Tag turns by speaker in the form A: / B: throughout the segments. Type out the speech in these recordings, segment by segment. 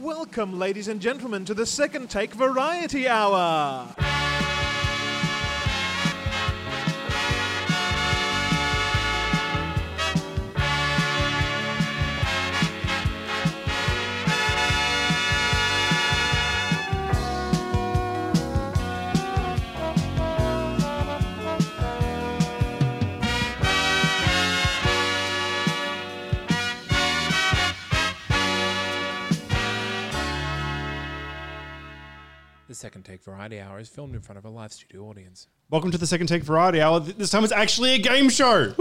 A: Welcome, ladies and gentlemen, to the Second Take Variety Hour.
B: The second take variety hour is filmed in front of a live studio audience.
C: Welcome to the second take variety hour. Th- This time it's actually a game show.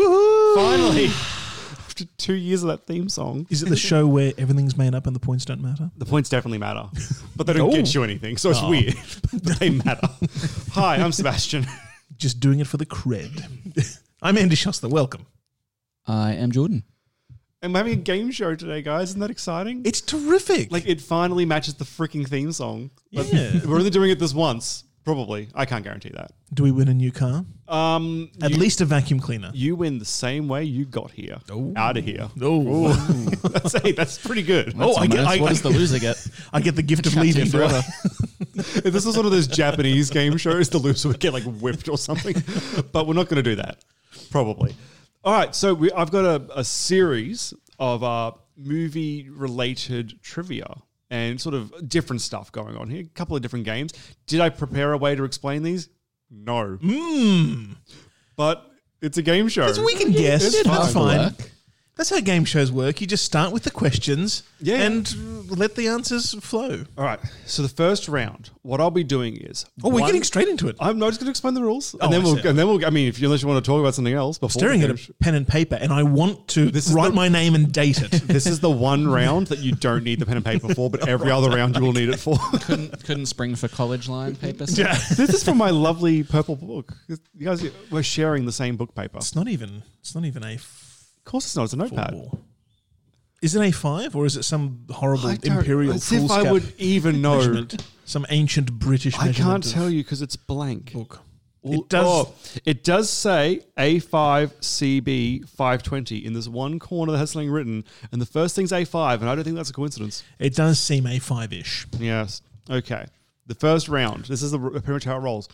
C: Finally, after two years of that theme song,
D: Is it the show where everything's made up and the points don't matter?
C: the points definitely matter, but they don't get you anything, so it's weird. But they matter. Hi, I'm Sebastian.
D: Just doing it for the cred. I'm Andy Shuster. Welcome.
E: I am Jordan.
C: I'm having a game show today, guys. Isn't that exciting?
D: It's terrific.
C: like it finally matches the freaking theme song. But
D: Yeah.
C: we're only doing it this once, probably. I can't guarantee that.
D: do we win a new car?
C: Um,
D: At
C: you-
D: least a vacuum cleaner.
C: you win the same way you got here,
D: Ooh.
C: out of here.
D: Oh,
C: that's hey, that's pretty good.
D: oh, I get.
E: That's
D: I,
E: what does the
D: I,
E: loser get?
D: I get the gift of leaving. do I?
C: If this was one of those Japanese game shows, the loser would get like whipped or something. But we're not going to do that, probably. All right, so we, I've got a, a series of uh, movie related trivia and sort of different stuff going on here. A couple of different games. Did I prepare a way to explain these? No,
D: Mm.
C: but it's a game show.
D: That's- we can guess. That's fine.
E: Work.
D: That's how game shows work. You just start with the questions
C: Yeah.
D: and let the answers flow.
C: All right, so the first round, what I'll be doing is
D: Oh, we're
C: one-
D: getting straight into it. I'm
C: I'm not just going to explain the rules, and
D: Oh,
C: then
D: I
C: we'll
D: see.
C: and then we'll. I mean, if you, unless you want to talk about something else, before the
D: staring at
C: game show-
D: a pen and paper, and I want to
C: This is
D: write
C: the-
D: my name and date it.
C: This is the one round that you don't need the pen and paper for, but every other round you will need it for.
E: Couldn't couldn't spring for college line paper.
D: yeah.
C: this is from my lovely purple book. You guys were sharing the same book paper.
D: It's not even. It's not even a
C: Of course, it's not. It's a notepad.
D: Football. Is it A5 or is it some horrible
C: I don't-
D: imperial
C: as if I
D: foolscap
C: would even know.
D: measurement? Some ancient British
C: I can't
D: measurement of
C: tell you because it's blank.
D: Book.
C: Well,
D: It does-
C: it does say A5CB520 in this one corner that has something written, and the first thing's A5, and I don't think that's a coincidence.
D: It does seem A5 ish.
C: Yes. Okay. The first round. This is the pretty much how it rolls.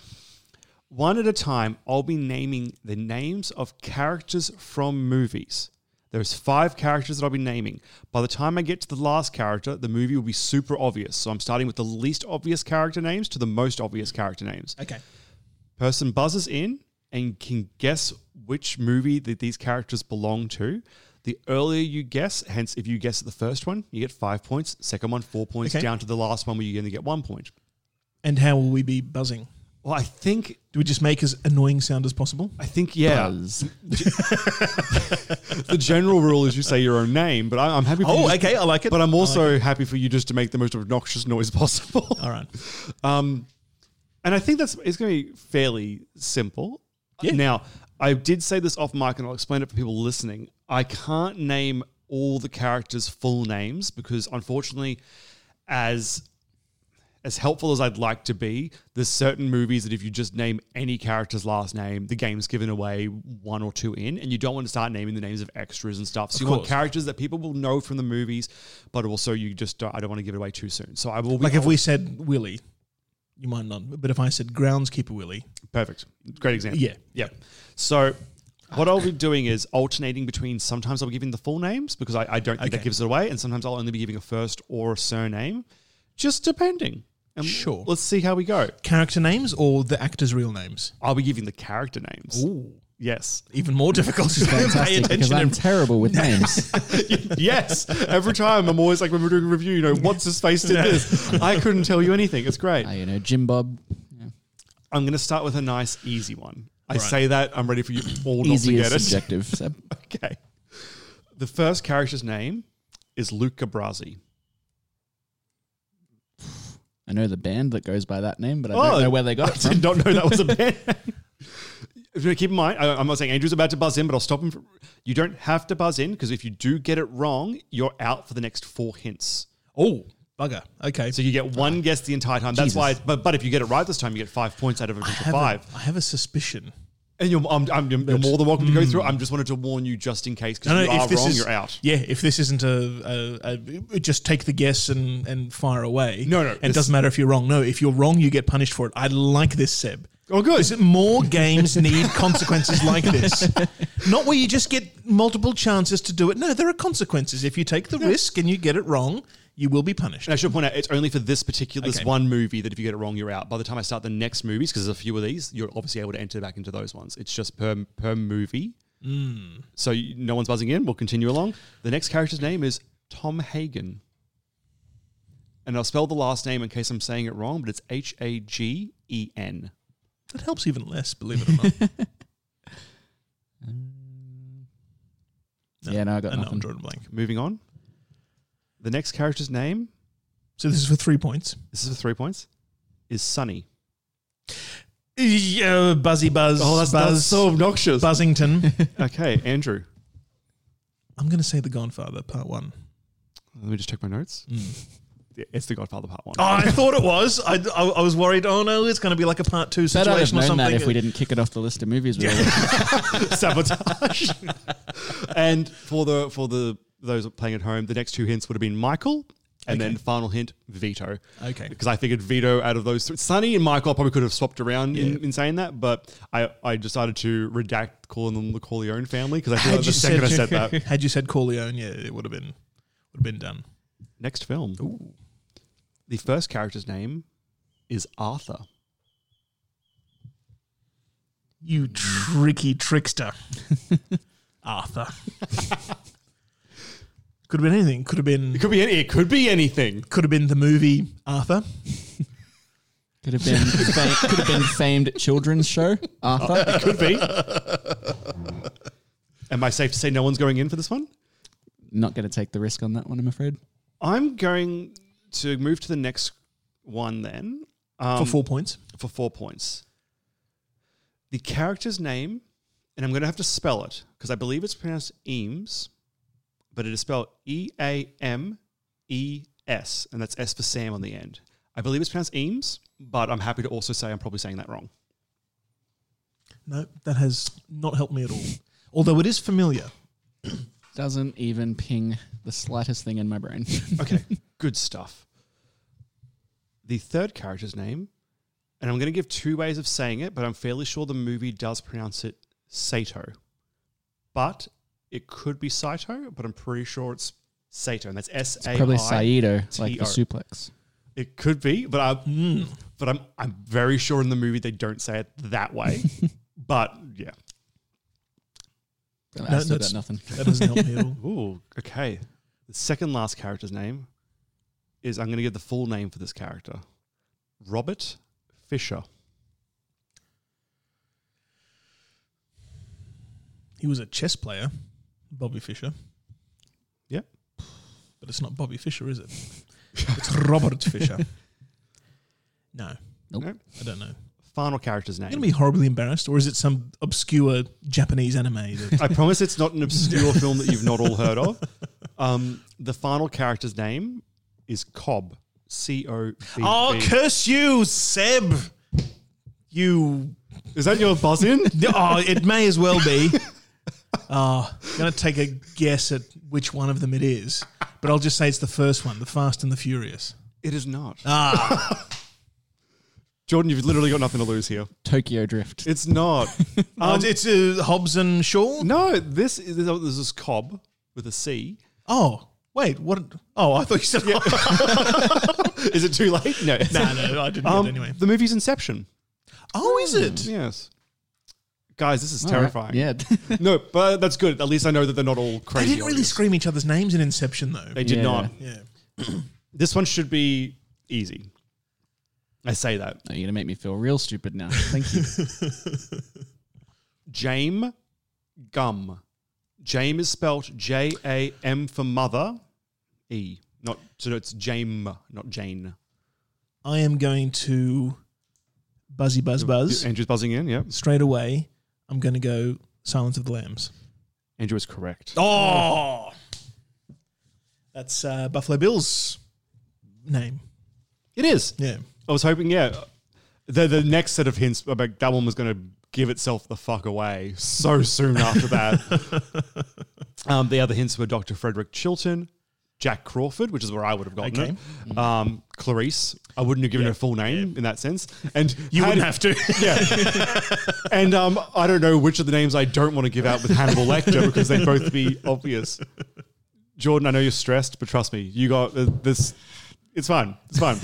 C: One at a time, I'll be naming the names of characters from movies. There's five characters that I'll be naming. By the time I get to the last character, the movie will be super obvious. So I'm starting with the least obvious character names to the most obvious character names.
D: Okay.
C: Person buzzes in and can guess which movie that these characters belong to. The earlier you guess, hence if you guess at the first one, you get five points. Second one, four points.
D: Okay.
C: Down to the last one where you only get one point.
D: And how will we be buzzing?
C: Well, I think,
D: Do we just make as annoying sound as possible?
C: I think, yeah. the general rule is you say your own name, but I, I'm happy. For you
D: Oh,
C: to-
D: okay. I like it.
C: But I'm
D: I like
C: also
D: it.
C: happy for you just to make the most obnoxious noise possible.
D: All right.
C: Um, and I think that's it's going to be fairly simple. Now, I did say this off mic, and I'll explain it for people listening. I can't name all the characters' full names because, unfortunately, as as helpful as I'd like to be, there's certain movies that if you just name any character's last name, the game's given away one or two in, and you don't want to start naming the names of extras and stuff. So you want
D: course.
C: characters that people will know from the movies, but also you just don't, I don't want to give it away too soon. So I will be
D: Like if we said Willie, you might not. But if I said groundskeeper Willie,
C: Perfect. Great example.
D: Yeah.
C: Yeah. So what I'll be doing is alternating between sometimes I'll be giving the full names because I, I don't think that
D: Okay.
C: gives it away, and sometimes I'll only be giving a first or a surname, just depending. And
D: Sure.
C: Let's see how we go.
D: character names or the actors' real names?
C: I'll be giving the character names.
D: Ooh.
C: Yes.
D: Even more difficult. to Pay
E: Fantastic, because
D: attention.
E: I'm
D: and-
E: terrible with names.
C: yes. Every time I'm always like when we're doing a review, you know, what's his face did this? I couldn't tell you anything. It's great.
E: Ah, you know, Jim Bob.
C: I'm gonna start with a nice, easy one. I say that, I'm ready for you all not to
E: Easy
C: get
E: is
C: it.
E: subjective. So
C: Okay. The first character's name is Luke Gabrazzi.
E: I know the band that goes by that name, but I
C: Oh.
E: don't know where they got it
C: I
E: from.
C: don't know that was a band. If you Keep in mind, I, I'm not saying Andrew's about to buzz in, but I'll stop him. From, you don't have to buzz in because if you do get it wrong, you're out for the next four hints.
D: Oh, bugger. Okay.
C: So you get one guess the entire time. That's
E: Jesus.
C: why. But but if you get it right this time, you get five points out of a
D: I
C: potential
D: have,
C: five.
D: A, I have a suspicion.
C: And you're, I'm, I'm, you're, you're more than welcome to go through. it. I'm just wanted to warn you just in case because
D: No, no,
C: you are
D: if this
C: wrong,
D: is-
C: you're out.
D: Yeah, if this isn't a, a, a just take the guess and, and fire away.
C: No, no,
D: And
C: this-
D: it doesn't matter if you're wrong. No, if you're wrong, you get punished for it. I like this, Seb.
C: Oh, good.
D: Is it more games need consequences like this? Not where you just get multiple chances to do it. No, there are consequences. If you take the risk and you get it wrong, you will be punished.
C: And I should point out, it's only for this particular this
D: Okay.
C: one movie that if you get it wrong, you're out. By the time I start the next movies, because there's a few of these, you're obviously able to enter back into those ones. It's just per per movie. So you, no one's buzzing in. We'll continue along. The next character's name is Tom Hagen, and I'll spell the last name in case I'm saying it wrong, but it's H A G E N.
D: That helps even less, believe it or not.
E: Yeah, no, I got
D: I know, I'm
E: nothing.
D: drawing a blank.
C: Moving on. The next character's name.
D: So this is for three points.
C: This is for three points. Is Sunny.
D: Yeah, buzzy buzz.
C: Oh,
D: buzz.
C: obnoxious.
D: Buzzington.
C: Okay, Andrew.
D: I'm going to say The Godfather, part one.
C: Let me just check my notes. Yeah, It's The Godfather Part One.
D: Oh, I thought it was. I, I, I was worried. Oh no, it's going to be like a part two
E: Bet I'd have
D: situation or
E: known
D: something.
E: that if we didn't kick it off the list of movies. We were
C: Sabotage. and for the for the those playing at home, the next two hints would have been Michael, and then final hint Vito.
D: Okay.
C: Because I figured Vito out of those, three, Sonny and Michael, I probably could have swapped around in, in saying that, but I I decided to redact calling them the Corleone family because I feel like the second I said that.
D: had you said Corleone, yeah, it would have been would have been done.
C: Next film. The first character's name is Arthur.
D: You tricky trickster, Arthur. could have been anything. Could have been
C: It could be any, it could be anything.
D: could have been the movie Arthur.
E: could have been fa- could have been famed children's show Arthur.
C: Could be. Am I safe to say no one's going in for this one?
E: Not going to take the risk on that one, I'm afraid.
C: I'm going to move to the next one then um,
D: for four points.
C: for four points. The character's name, and I'm going to have to spell it because I believe it's pronounced Eames, but it is spelled E A M E S, and that's S for Sam on the end. I believe it's pronounced Eames, but I'm happy to also say I'm probably saying that wrong.
D: No, that has not helped me at all. Although it is familiar.
E: Doesn't even ping the slightest thing in my brain.
C: Okay, good stuff. The third character's name, and I'm going to give two ways of saying it, but I'm fairly sure the movie does pronounce it Sato. But it could be Saito, but I'm pretty sure it's Sato, and that's S A I.
E: Probably Saito, like
C: T-O.
E: the suplex.
C: It could be, but I, but I'm I'm very sure in the movie they don't say it that way. but yeah.
E: I still
D: that's-
E: got nothing.
D: That doesn't help me at all.
C: Ooh, okay. The second last character's name is I'm going to give the full name for this character, Robert Fisher.
D: He was a chess player, Bobby Fischer.
C: Yep.
D: But it's not Bobby Fisher, is it? It's Robert Fisher. No,
C: No.
D: I don't know.
C: Final character's name.
D: I'm going to be horribly embarrassed, or is it some obscure Japanese anime? That,
C: I promise it's not an obscure film that you've not all heard of. Um, the final character's name is Cobb. C O B. B.
D: oh, curse you, Seb! You.
C: Is that your buzz in?
D: Oh, it may as well be. Oh, I'm going to take a guess at which one of them it is, but I'll just say it's the first one, The Fast and the Furious.
C: It is not.
D: Ah,
C: Jordan, you've literally got nothing to lose here.
E: Tokyo Drift.
C: It's not.
D: oh, it's uh, Hobbs and Shaw?
C: no, this is this is Cobb with a C.
D: Oh, wait, what? Oh, I thought you said.
C: Is it too late? No.
D: no, no, I didn't
C: Um,
D: get it anyway.
C: The movie's Inception.
D: Oh, is it?
C: Yes. Guys, this is
E: All right.
C: terrifying.
E: Yeah.
C: No, but that's good. At least I know that they're not all
D: They
C: crazy.
D: didn't really
C: obvious.
D: scream each other's names in Inception, though.
C: They did
E: Yeah.
C: not.
D: yeah.
C: This one should be easy. I say that.
E: Oh, you're gonna make me feel real stupid now. Thank you.
C: James Gum. Jame is spelt J A M for mother, E. Not so it's Jame, not Jane.
D: I am going to buzzy buzz buzz
C: Andrew's buzzing in. Yeah,
D: straight away. I'm going to go Silence of the Lambs.
C: Andrew is correct.
D: Oh, that's uh, Buffalo Bills name.
C: It is.
D: Yeah,
C: I was hoping. Yeah, the the next set of hints about that one was going to give itself the fuck away so soon after that. um, the other hints were Dr. Frederick Chilton. Jack Crawford, which is where I would have gotten
D: Okay.
C: it. Um, Clarice, I wouldn't have given her full name in that sense, and
D: you
C: had-
D: wouldn't have to.
C: Yeah. and um, I don't know which of the names I don't want to give out with Hannibal Lecter because they'd both be obvious. Jordan, I know you're stressed, but trust me, you got uh, this. It's fine. It's fine.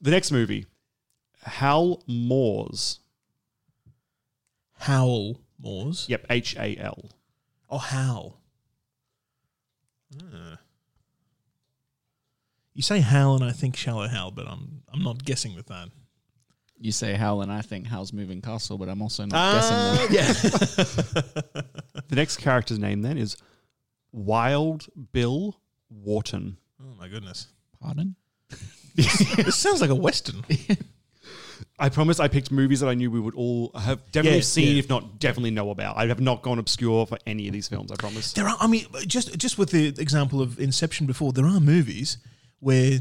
C: the next movie, Hal Moores.
D: Howl Moors.
C: Yep, H A L.
D: Oh, howl. You say howl, and I think shallow howl, but I'm I'm not guessing with that.
E: You say Hal, and I think Hal's moving castle, but I'm also not guessing. that.
D: Ah, yeah.
C: The next character's name then is Wild Bill Wharton.
D: Oh my goodness.
E: Pardon?
D: this sounds like a western.
C: I promise I picked movies that I knew we would all have definitely
D: Yeah,
C: seen,
D: yeah.
C: if not definitely know about. I have not gone obscure for any of these films, I promise.
D: There are. I mean, just just with the example of Inception before, there are movies where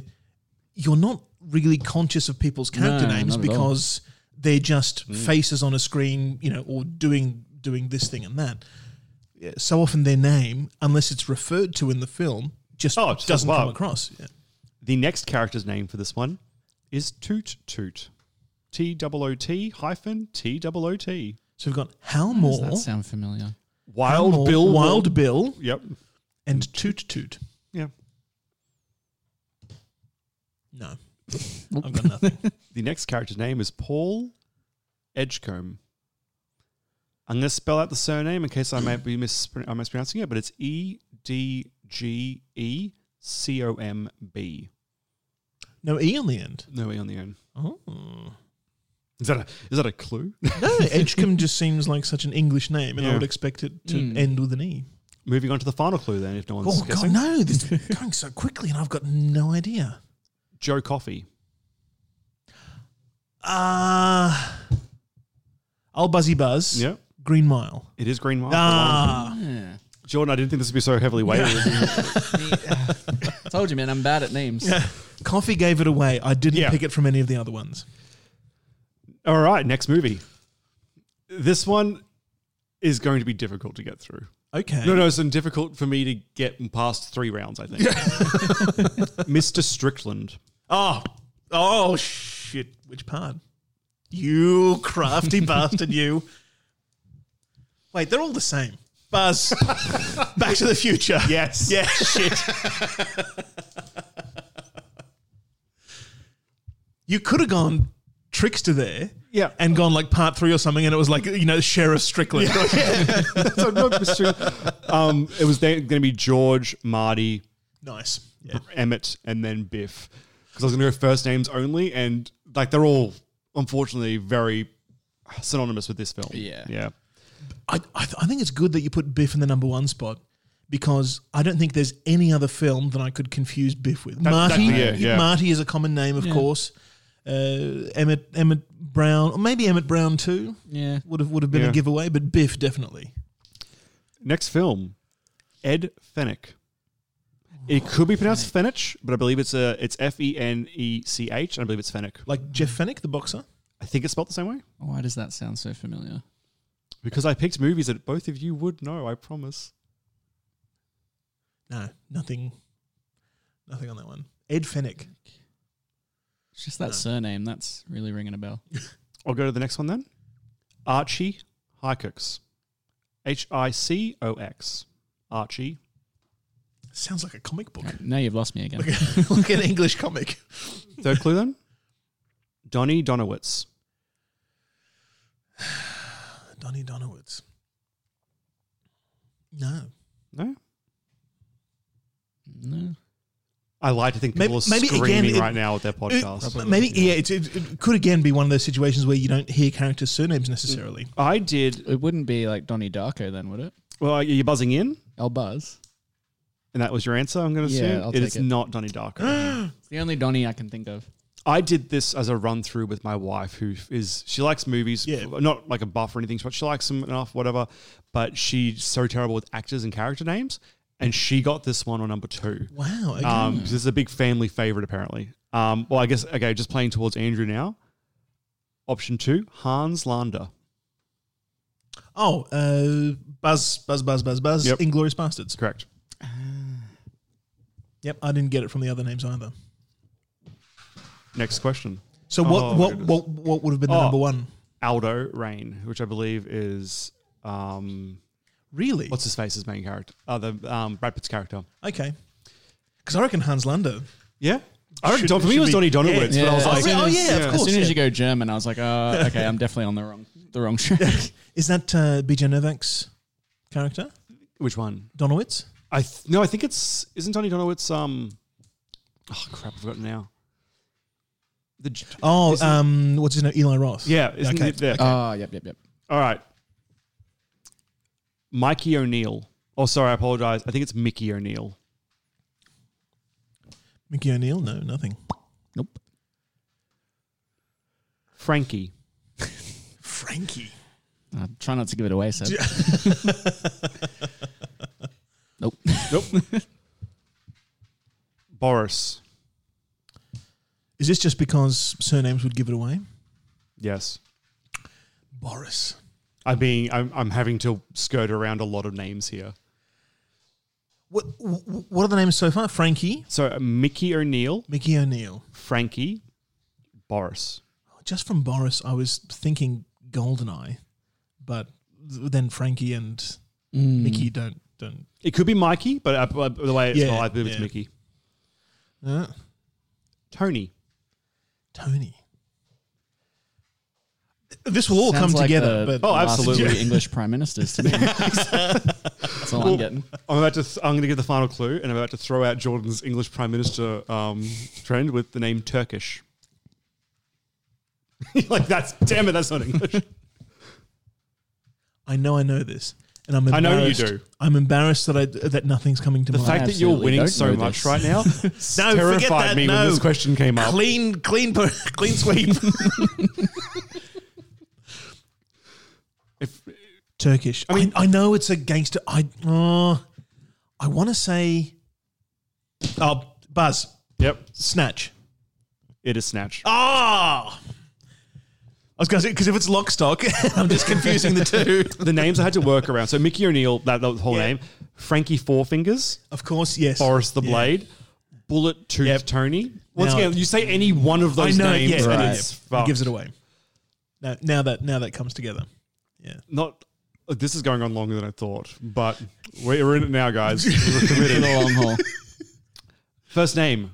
D: you're not really conscious of people's character
E: No,
D: names
E: not at all. Mm.
D: because they're just faces on a screen, you know, or doing doing this thing and that. Yeah, So often their name, unless it's referred to in the film, just
C: Oh, it's
D: doesn't
C: just
D: come
C: love.
D: across. Yeah.
C: The next character's name for this one is Toot Toot. T O O T hyphen T O O T.
D: So we've got Hal
E: Does
D: Moore,
E: that sound familiar?
C: Wild
D: Hal Moore,
C: Bill.
D: Wild Bill,
C: Yep.
D: and Toot Toot.
C: Yeah.
D: No, I've got nothing.
C: The next character's name is Paul Edgecombe. I'm going to spell out the surname in case I might be mispr- I'm mispronouncing it, but it's E D G E C O M B.
D: No E on the end.
C: No E on the end.
D: Oh.
C: Is that a, is that a clue?
D: No, Edgecombe just seems like such an English name, and I
C: Yeah.
D: would expect it to
E: Mm.
D: end with an E.
C: Moving on to the final clue then, if no one's
D: oh, God,
C: guessing.
D: no. This is going so quickly, and I've got no idea.
C: Joe Coffey.
D: Uh, I'll buzzy buzz.
C: Yep.
D: Green Mile.
C: It is Green Mile.
D: Ah.
E: Yeah.
C: Jordan, I didn't think this would be so heavily weighted.
E: Told you, man. I'm bad at names.
D: Coffee gave it away. I didn't
C: Yeah.
D: pick it from any of the other ones.
C: All right, next movie. This one is going to be difficult to get through.
D: Okay.
C: No, no, it's been difficult for me to get past three rounds, I think. Mr. Strickland.
D: Oh. Oh, shit. Which part? You crafty bastard, you. Wait, they're all the same. Buzz. Back to the future.
C: Yes.
D: Yeah, shit. you could have gone trickster there.
C: Yeah.
D: And gone like part three or something, and it was like, you know, Sheriff Strickland.
C: So, no, Mr. Strickland. Um, it was going to be George, Marty,
D: nice. Yeah.
C: Emmett, and then Biff. Because I was going to go first names only, and like they're all unfortunately very synonymous with this film.
E: Yeah.
C: Yeah.
D: I, I, th- I think it's good that you put Biff in the number one spot because I don't think there's any other film that I could confuse Biff with. Marty,
C: yeah, yeah.
D: Marty is a common name, of course. Uh, Emmett Emmett Brown, or maybe Emmett Brown too,
E: Yeah.
D: would have would have been
C: Yeah.
D: a giveaway, but Biff definitely.
C: Next film, Ed Fennec. It could be pronounced Fennec, but I believe it's a it's F E N E C H. and I believe it's Fennec.
D: Like Jeff Fennick, the boxer.
C: I think it's spelled the same way
E: Why does that sound so familiar?
C: because I picked movies that both of you would know. I promise.
D: No, nothing, nothing on that one. Ed Fennick.
E: It's just that surname. That's really ringing a bell.
C: I'll go to the next one then. Archie Hickox, H I C O X. Archie.
D: Sounds like a comic book,
E: Now you've lost me again.
D: like an English comic.
C: Third clue then. Donnie Donowitz.
D: Donnie Donowitz. No,
C: No,
E: No.
C: I like to think people
D: Maybe-
C: are
D: maybe again,
C: screaming
D: it-
C: right now at their podcast.
D: It- Uh, maybe yeah, it, it, it could again be one of those situations where you don't hear characters' surnames necessarily.
C: I did
E: It wouldn't be like Donnie Darko then, would it?
C: Well, are you buzzing in?
E: I'll buzz.
C: And that was your answer, I'm going to
E: Yeah,
C: assume?
E: I'll
C: it
E: take
C: is
E: it.
C: not Donnie Darko.
E: It's the only Donnie I can think of.
C: I did this as a run through with my wife, who is she likes movies,
D: Yeah.
C: not like a buff or anything, but she likes them enough, whatever. But she's so terrible with actors and character names, and she got this one on number two.
D: Wow. Okay.
C: Um, 'cause this is a big family favorite, apparently. Um, well, I guess okay, just playing towards Andrew now. Option two, Hans Lander.
D: oh, uh, buzz, buzz, buzz, buzz, buzz.
C: Yep.
D: Inglorious Bastards.
C: Correct.
D: Yep. I didn't get it from the other names either.
C: Next question,
D: So what?
C: Oh,
D: what,
C: goodness.
D: what? What would have been the
C: Oh.
D: number one?
C: Aldo Rain, which I believe is um,
D: Really?
C: what's his face's main character, uh, the um, Brad Pitt's character.
D: okay. Because I reckon Hans Lander.
C: Yeah, I
D: Should-
C: don't, for me it was
D: should
C: Donnie
D: be-
C: Donowitz, but I was
E: Yeah.
C: like,
D: Oh, yeah, of
E: As
D: course,
E: soon as
D: yeah.
E: you go German, I was like, oh, okay, I'm definitely on the wrong the wrong track.
D: Is that uh, BJ Novak's character?
C: which one?
D: Donowitz?
C: I th- no, I think it's isn't Donnie Donowitz. Um, oh crap, I've forgotten now. The j-
D: Oh,
C: Isn't-
D: um, what's his name? Eli Roth.
C: yeah, isn't
D: Okay.
C: it there?
E: Oh, yep, yep, yep.
C: All right. Mikey O'Neill. Oh, sorry, I apologize. I think it's Mickey O'Neill.
D: Mickey O'Neill? No, nothing.
E: Nope.
C: Frankie.
D: Frankie.
E: Uh, try not to give it away, Seb. nope.
C: Nope. Boris.
D: Is this just because surnames would give it away?
C: Yes.
D: Boris.
C: I'm being. I'm, I'm having to skirt around a lot of names here.
D: What wh- What are the names so far? Frankie,
C: So uh, Mickey O'Neill,
D: Mickey O'Neill.
C: Frankie, Boris.
D: Just from Boris, I was thinking Goldeneye, but th- then Frankie and
E: Mm.
D: Mickey don't don't.
C: It could be Mikey, but uh, uh, the way it's
D: Yeah,
C: spelled, I believe it's
D: yeah.
C: Mickey.
D: Uh,
C: Tony.
D: Tony. This will all
E: Sounds
D: come
E: like
D: together.
E: the-
D: but
E: the
C: Oh,
E: last
C: absolutely.
E: three English prime ministers to me. That's all I'm getting.
C: I'm about to. Th- I'm going to give the final clue, and I'm about to throw out Jordan's English Prime Minister um, trend with the name Turkish. like that's damn it, that's not English.
D: I know I know this, and I'm.
C: I
D: Embarrassed.
C: know you do.
D: I'm embarrassed that I that nothing's coming to
C: the
D: mind.
C: fact that you're
E: absolutely
C: winning
E: don't
C: so
E: know
C: much
E: this.
C: right now
D: No, forget
C: terrified
D: that,
C: me when
D: no.
C: this question came up.
D: clean, clean, per- clean sweep.
C: If-
D: Turkish. I mean, I, know it's a gangster. I uh, I want to say, oh, Buzz,
C: yep,
D: snatch.
C: it is snatch.
D: Ah, I was going to say because if it's lock stock, I'm just confusing the two.
C: The names I had to work around. So Mickey O'Neill, that, that was the whole
D: Yeah.
C: name. Frankie Four Fingers,
D: Of course, yes.
C: Boris the
D: Yeah.
C: Blade, Bullet Tooth
D: Yep.
C: Tony. Once
D: Now-
C: again, you say any one of
D: I
C: those
D: know.
C: names,
D: Yeah,
C: and
D: yeah,
C: it's
D: yeah. It
C: fucked.
D: gives it away. Now, now that now that comes together.
C: not uh, this is going on longer than I thought, but we're in it now, guys. We're
E: For
C: committed.
E: the long haul.
C: First name,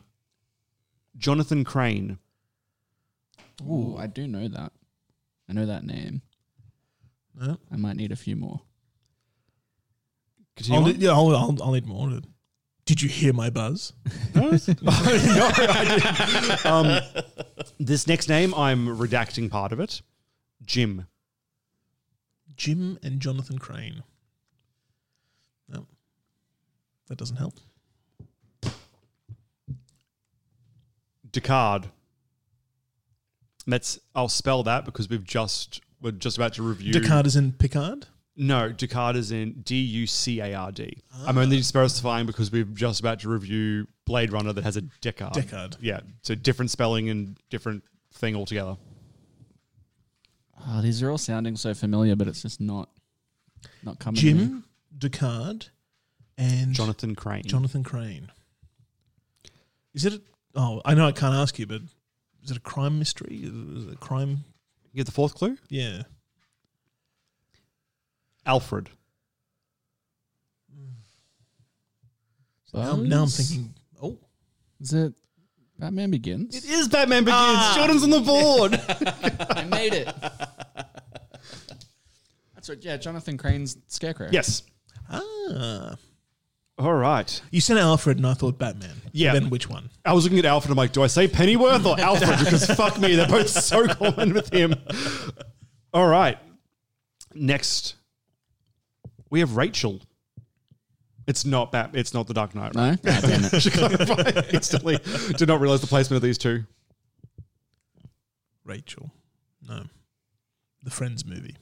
C: Jonathan Crane.
E: Ooh, I do know that. I know that name.
D: Yeah.
E: I might need a few more.
C: Continue
D: I'll,
C: on.
D: need- yeah, I'll, I'll, I'll need more. Did you hear my buzz?
C: No, I didn't. um, this next name, I'm redacting part of it. Jim.
D: Jim and Jonathan Crane. No, that doesn't help.
C: Descartes. That's I'll spell that because we've just we're just about to review.
D: Descartes is in Picard.
C: No, Descartes is in D U C A R D. I'm only specifying because we're just about to review Blade Runner that has a Descartes.
D: Descartes.
C: Yeah. So different spelling and different thing altogether.
E: Oh, these are all sounding so familiar, but it's just not not coming. to me.
D: Jim Descartes and
C: Mm-hmm. Jonathan Crane.
D: Jonathan Crane. Is it? A, oh, I know I can't ask you, but is it a crime mystery? Is it- is it a crime?
C: You get the fourth clue?
D: Yeah.
C: Alfred.
D: So now, I'm- now I'm thinking. Oh,
E: Is it Batman Begins? It
C: is Batman Begins. Jordan's on the board.
E: I made it. That's right. Yeah, Jonathan Crane's Scarecrow.
C: yes.
D: ah,
C: All right.
D: you said Alfred, and I thought Batman.
C: Yeah.
D: Then which one?
C: I was looking at Alfred. I'm like, do I say Pennyworth or Alfred? Because fuck me, they're both so common with him. All right. Next We have Rachel. It's not Bat. It's not the Dark Knight. Right?
E: No? Ah, damn it.
C: Should clarify instantly. Did not realize the placement of these two.
D: Rachel. No. The Friends movie.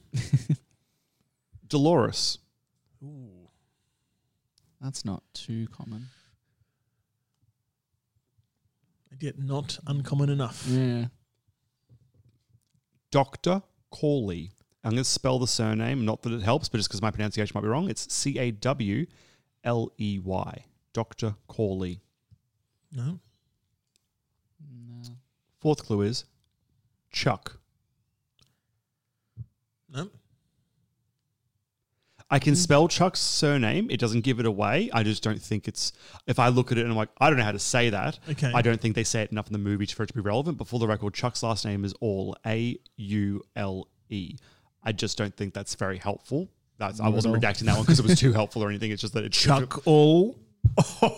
C: Dolores.
E: That's not too common.
D: And yet not uncommon enough.
E: Yeah.
C: Dr. Cawley. I'm going to spell the surname, not that it helps, but just because my pronunciation might be wrong. It's C A W L E Y. Dr. Cawley.
D: No.
C: Fourth clue is Chuck.
D: No.
C: I can spell Chuck's surname. It doesn't give it away. I just don't think it's. If I look at it and I'm like, I don't know how to say that.
D: Okay.
C: I don't think they say it enough in the movie for it to be relevant. But for the record, Chuck's last name is All A U L E. I just don't think that's very helpful. That's, I wasn't redacting that one because it was too helpful or anything. It's just that it's
D: Chuck all.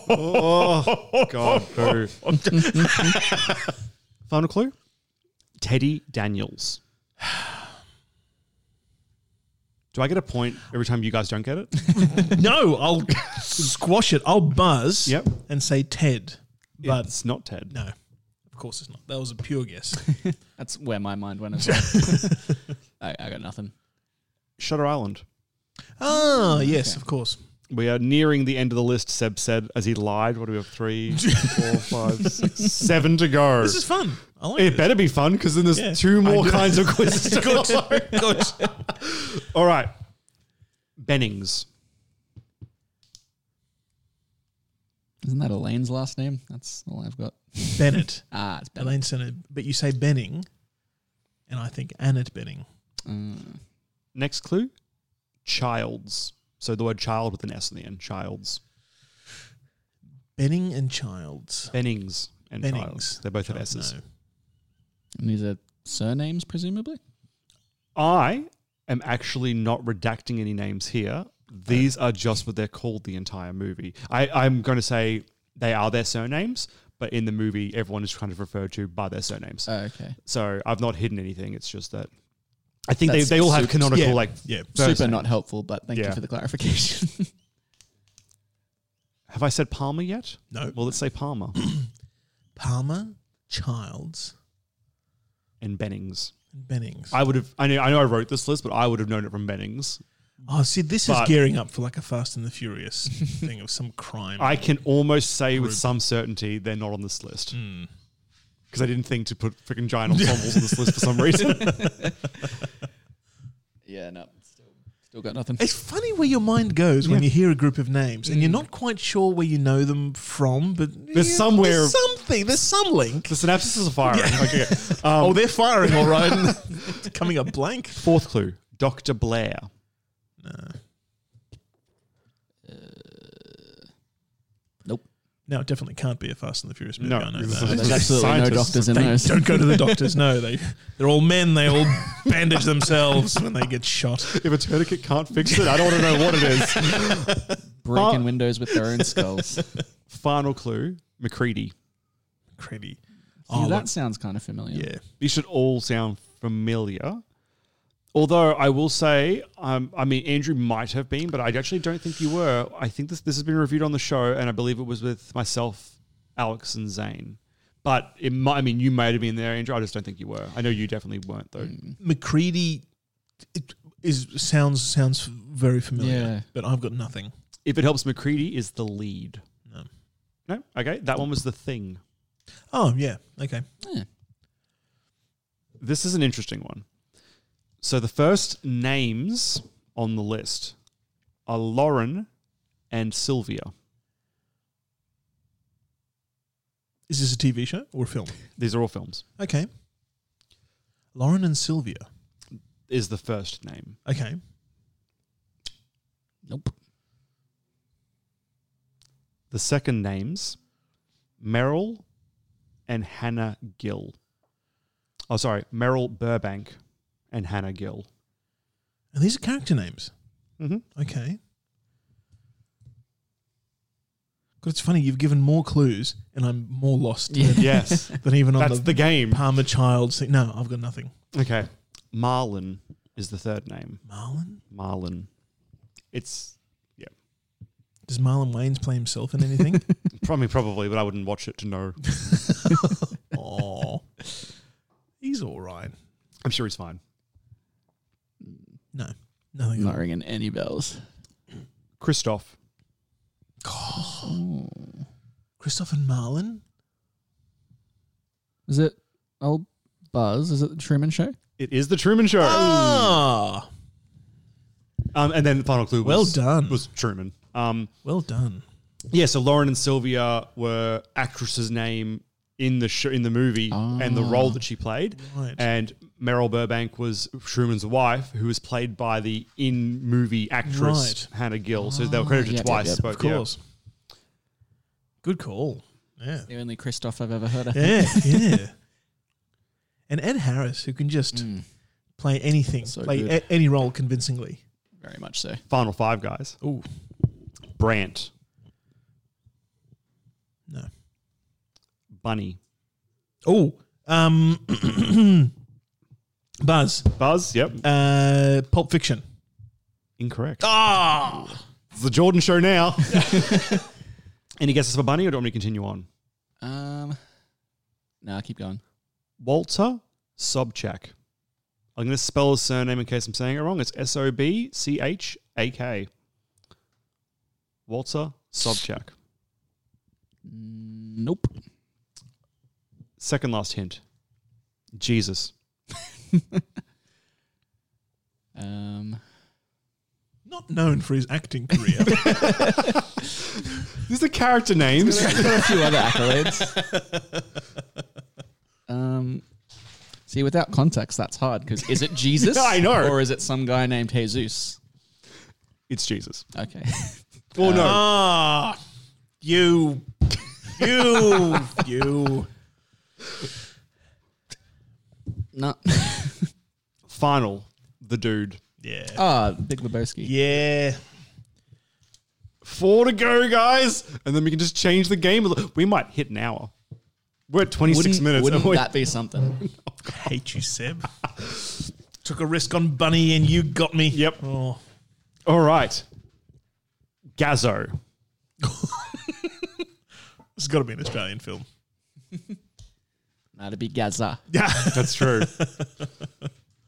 C: Oh God! boo. Final clue: Teddy Daniels. Do I get a point every time you guys don't get it?
D: No, I'll squash it. I'll buzz
C: Yep.
D: and say Ted. But
C: it's not Ted.
D: no, of course it's not. That was a pure guess.
E: That's where my mind went as well. I, I got nothing.
C: Shutter Island.
D: ah,
C: Mm,
D: yes, of course.
C: We are nearing the end of the list. Seb said as he lied. What do we have? Three, four, five, six, seven to go.
D: This is fun. I like
C: it
D: it.
C: better be fun because then there's
D: Yeah.
C: two more
D: I do.
C: kinds of quizzes. to
D: Good.
C: go.
D: Good.
C: All right, Bennings.
E: Isn't that Elaine's last name? That's all I've got.
D: Bennett.
E: Ah, it's Bennett.
D: Elaine Senate. But you say Benning, and I think Annette Benning.
E: Mm.
C: Next clue, childs. So the word child with an S in the end, childs.
D: Benning and Childs.
C: Bennings and
D: Bennings.
C: childs. They both have
D: Child-
C: S's.
D: no.
E: And these are surnames, presumably?
C: I am actually not redacting any names here. These are just what they're called the entire movie. I, I'm going to say they are their surnames, but in the movie, everyone is kind of referred to by their surnames.
E: Oh,
D: Uh,
E: okay.
C: so I've not hidden anything. It's just that I think they,
E: That's
C: they all have
E: super-
C: canonical,
D: yeah,
C: like,
D: yeah.
C: first
E: Super
C: name.
E: not helpful, but thank
C: Yeah.
E: you for the clarification.
C: Have I said Palmer yet?
D: No.
C: Well, let's say Palmer
D: Palmer, Childs,
C: and Bennings.
D: and Bennings.
C: I would have, I know, I know I wrote this list, but I would have known it from Bennings.
D: oh, see, this is
C: But-
D: gearing up for like a Fast and the Furious thing of some crime.
C: I can almost say with some certainty they're not on this list. Because I didn't think to put freaking giant ensembles on this list for some reason.
E: yeah, no. Still, still got nothing.
D: it's funny where your mind goes when you hear a group of names and you're not quite sure where you know them from, but
C: Mm. There's somewhere-
D: there's something, there's some link.
C: the synapses is firing. Okay.
D: oh, they're firing, all right. It's Coming up blank.
C: Fourth clue Dr. Blair.
E: Uh, nope.
D: No, it definitely can't be a Fast and the Furious movie.
C: No,
D: I know
C: this
D: that.
C: is-
E: There's absolutely no
C: Scientists.
E: doctors in
D: They
E: those.
D: don't go to the doctors. No, they they're all men. They all bandage themselves when they get shot.
C: If a tourniquet can't fix it, I don't want to know what it is.
E: Breaking windows with their own skulls.
C: Final clue McCready.
D: Creddy.
E: oh, that
D: that's
E: sounds kind of familiar.
D: yeah.
C: These should all sound familiar. Although I will say, um, I mean, Andrew might have been, but I actually don't think you were. I think this this has been reviewed on the show, and I believe it was with myself, Alex, and Zane. But it might, I mean, you may have been there, Andrew. I just don't think you were. I know you definitely weren't, though.
D: Mm. McCready it is sounds sounds very familiar,
E: Yeah.
D: but I've got nothing.
C: If it helps, McCready is the lead. No. No? Okay. That one was the thing.
D: Oh yeah, okay.
C: This is an interesting one. So the first names on the list are Lauren and Sylvia.
D: Is this a TV show or a film?
C: These are all films.
D: Okay. Lauren and Sylvia.
C: Is the first name.
D: Okay.
E: Nope.
C: The second names, Merrill and Hannah Gill. Oh, sorry, Merrill Burbank and Hannah Gill.
D: And these are character names.
C: Mhm.
D: Okay. God, it's funny. You've given more clues, and I'm more lost than,
C: Yes,
D: than even on
C: that's the game.
D: Palmer Childs thing. No, I've got nothing.
C: Okay, Marlon is the third name.
D: Marlon?
C: Marlon. It's yeah,
D: Does Marlon Wayans play himself in anything?
C: probably probably, but I wouldn't watch it to know.
D: oh, he's all right.
C: I'm sure he's fine.
D: No, nothing.
E: Not ringing any bells.
C: Christoph,
D: Christoph and Marlon.
E: Is it old Buzz? Is it the Truman Show?
C: it is the Truman Show.
D: Ah,
C: Um, and then the final clue.
D: Well
C: was,
D: done.
C: Was Truman. Um,
D: well done.
C: yeah. So Lauren and Sylvia were actress's name in the show, in the movie and the role that she played.
D: Right.
C: And Meryl Burbank was Truman's wife, who was played by the in movie actress Hannah Gill. So
D: Ah,
C: they were credited
E: Yep, yep,
C: twice.
E: yep.
C: but
D: Of
C: yeah.
D: course. Good call. Yeah.
E: The only Christoph I've ever heard of.
D: Yeah, yeah. And Ed Harris, who can just play anything,
E: So
D: play
E: good.
D: a- any role convincingly.
E: Very much so.
C: Final five guys.
D: Ooh,
C: Brant,
D: no.
C: Bunny,
D: Oh, um, Buzz,
C: Buzz. Yep.
D: uh, Pulp Fiction.
C: Incorrect.
D: Ah,
C: It's the Jordan Show now. Any guesses for Bunny, or do you want me to continue on?
E: Um, nah, keep going.
C: Walter Sobchak. I'm going to spell his surname in case I'm saying it wrong. It's S O B C H A K. Walter Sobchak.
E: Nope.
C: Second last hint. Jesus.
E: Um,
D: not known for his acting career.
C: These are character names.
E: got a few other accolades. Um, see, without context, that's hard because is it Jesus?
C: I know.
E: Or is it some guy named Jesus?
C: it's Jesus.
E: Okay.
C: Oh no.
D: ah, you, you, you.
E: no.
C: Final. The dude.
D: Yeah,
E: Ah, Big Lebowski.
D: yeah.
C: Four to go, guys. And then we can just change the game. a little- We might hit an hour. We're at 26
E: Wouldn't,
C: minutes. Oh,
E: wouldn't
C: and we-
E: that be something?
D: Hate you, Seb. Took a risk on Bunny, and you got me.
C: Yep.
D: Oh.
C: All right. Gazzo.
D: It's got to be an Australian film.
E: That'd be Gaza.
D: Yeah.
C: That's true.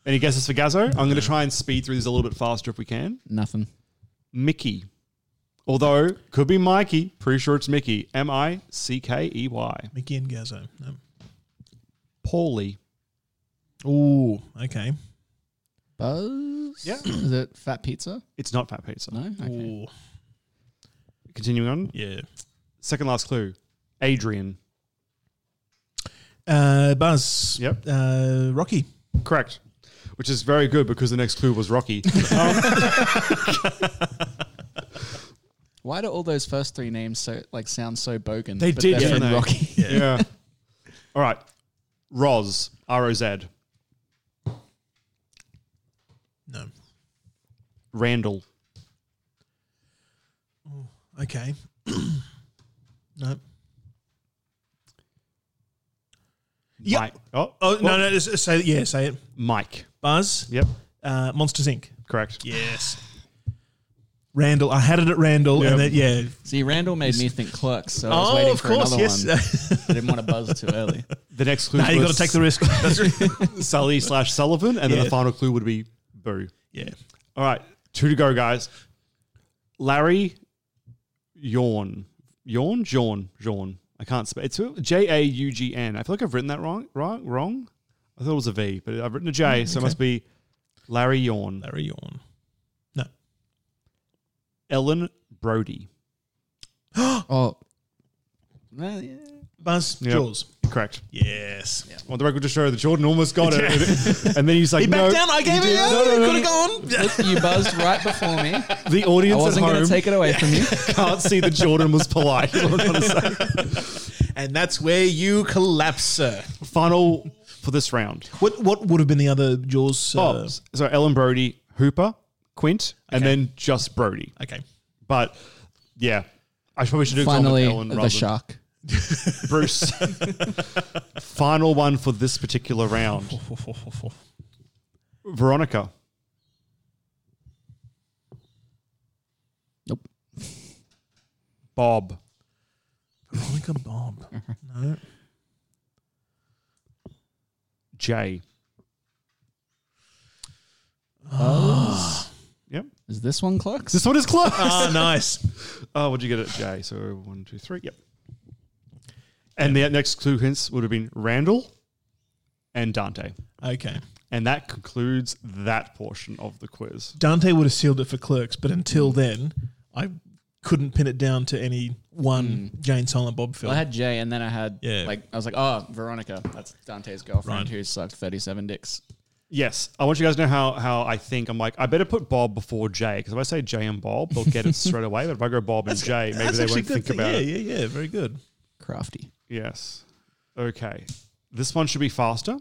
C: Any guesses for Gazzo? I'm going to try and speed through these a little bit faster if we can.
E: Nothing.
C: Mickey. Although, could be Mikey. Pretty sure it's Mickey. M I C K E Y.
D: Mickey and Gazzo. No.
C: Paulie.
D: Ooh, okay.
E: Buzz?
C: Yeah.
E: Is it Fat Pizza?
C: It's not Fat Pizza.
E: No? Okay.
D: Ooh,
C: Continuing on.
D: yeah.
C: Second last clue. Adrian.
D: Uh, Buzz.
C: Yep.
D: Uh, Rocky.
C: Correct. Which is very good because the next clue was Rocky.
E: Why do all those first three names so like sound so bogan?
C: They
E: but
C: did,
E: they're
C: didn't
E: from
C: they?
E: Rocky.
C: yeah. All right. Roz. R O Z.
D: No.
C: Randall.
D: Okay. no. Yeah.
C: Mike. Oh,
D: Oh
C: well,
D: no no. Just say yeah. Say it.
C: Mike.
D: Buzz.
C: Yep.
D: Uh, Monsters Inc.
C: Correct.
D: Yes. Randall. I had it at Randall,
C: Yep.
D: and then yeah.
E: See, Randall made me think clerks, so
D: Oh,
E: I was waiting for another one. I didn't want to buzz too early.
C: The next clue
D: no, you got to
C: was-
D: take the risk. That's
C: Sully slash Sullivan, and then
D: Yeah.
C: the final clue would be Boo.
D: yeah.
C: All right, two to go, guys. Larry, yawn, yawn, yawn, yawn. I can't spell. It's J A U G N. I feel like I've written that wrong, wrong, wrong. I thought it was a V, but I've written a J, so it must be Larry Yawn.
D: Larry Yawn. No.
C: Ellen Brody.
E: Oh. Well, yeah.
D: Buzz.
C: Yep.
D: Jaws.
C: Correct.
D: Yes.
C: On the record to show that Jordan almost got it, and then he's like,
D: He backed
C: "No,
D: down. I gave it.
C: did- no, no, no,
D: could have
C: no.
D: gone.
E: You buzzed right before me.
C: The
E: I
C: audience at
E: wasn't going
C: home
E: to take it away from you.
C: can't see that Jordan was polite. is what I'm trying to say.
D: And that's where you collapse, sir.
C: Final for this round.
D: What what would have been the other Jaws? uh,
C: Oh, so Ellen Brody, Hooper, Quint, and then just Brody.
D: okay.
C: But yeah, I probably should do
E: Finally,
C: Tom and Ellen
E: the
C: rather than
E: shark.
C: Bruce. Final one for this particular round. Veronica. Bob.
D: Veronica Bob. No.
C: J.
D: Oh.
C: Yep.
E: Is this one clerks?
C: This one is close.
D: Ah, nice.
C: Oh, what'd you get at J? So one, two, three. Yep. And the next two hints would have been Randall and Dante.
D: Okay.
C: And that concludes that portion of the quiz.
D: Dante would have sealed it for clerks, but until then, I couldn't pin it down to any one Jane Silent Bob film.
E: Hmm. I had Jay, and then I had
D: Yeah.
E: like I was like, oh, Veronica, that's Dante's girlfriend
D: Right.
E: who sucked thirty-seven dicks.
C: Yes. I want you guys to know how, how I think. I'm like, I better put Bob before J because if I say J and Bob, they'll get it straight away. But if I go Bob and J, maybe
D: That's
C: they
D: actually
C: won't
D: good
C: think
D: thing.
C: about
D: yeah,
C: it.
D: Yeah, yeah, very good.
E: Crafty.
C: Yes. Okay. This one should be faster.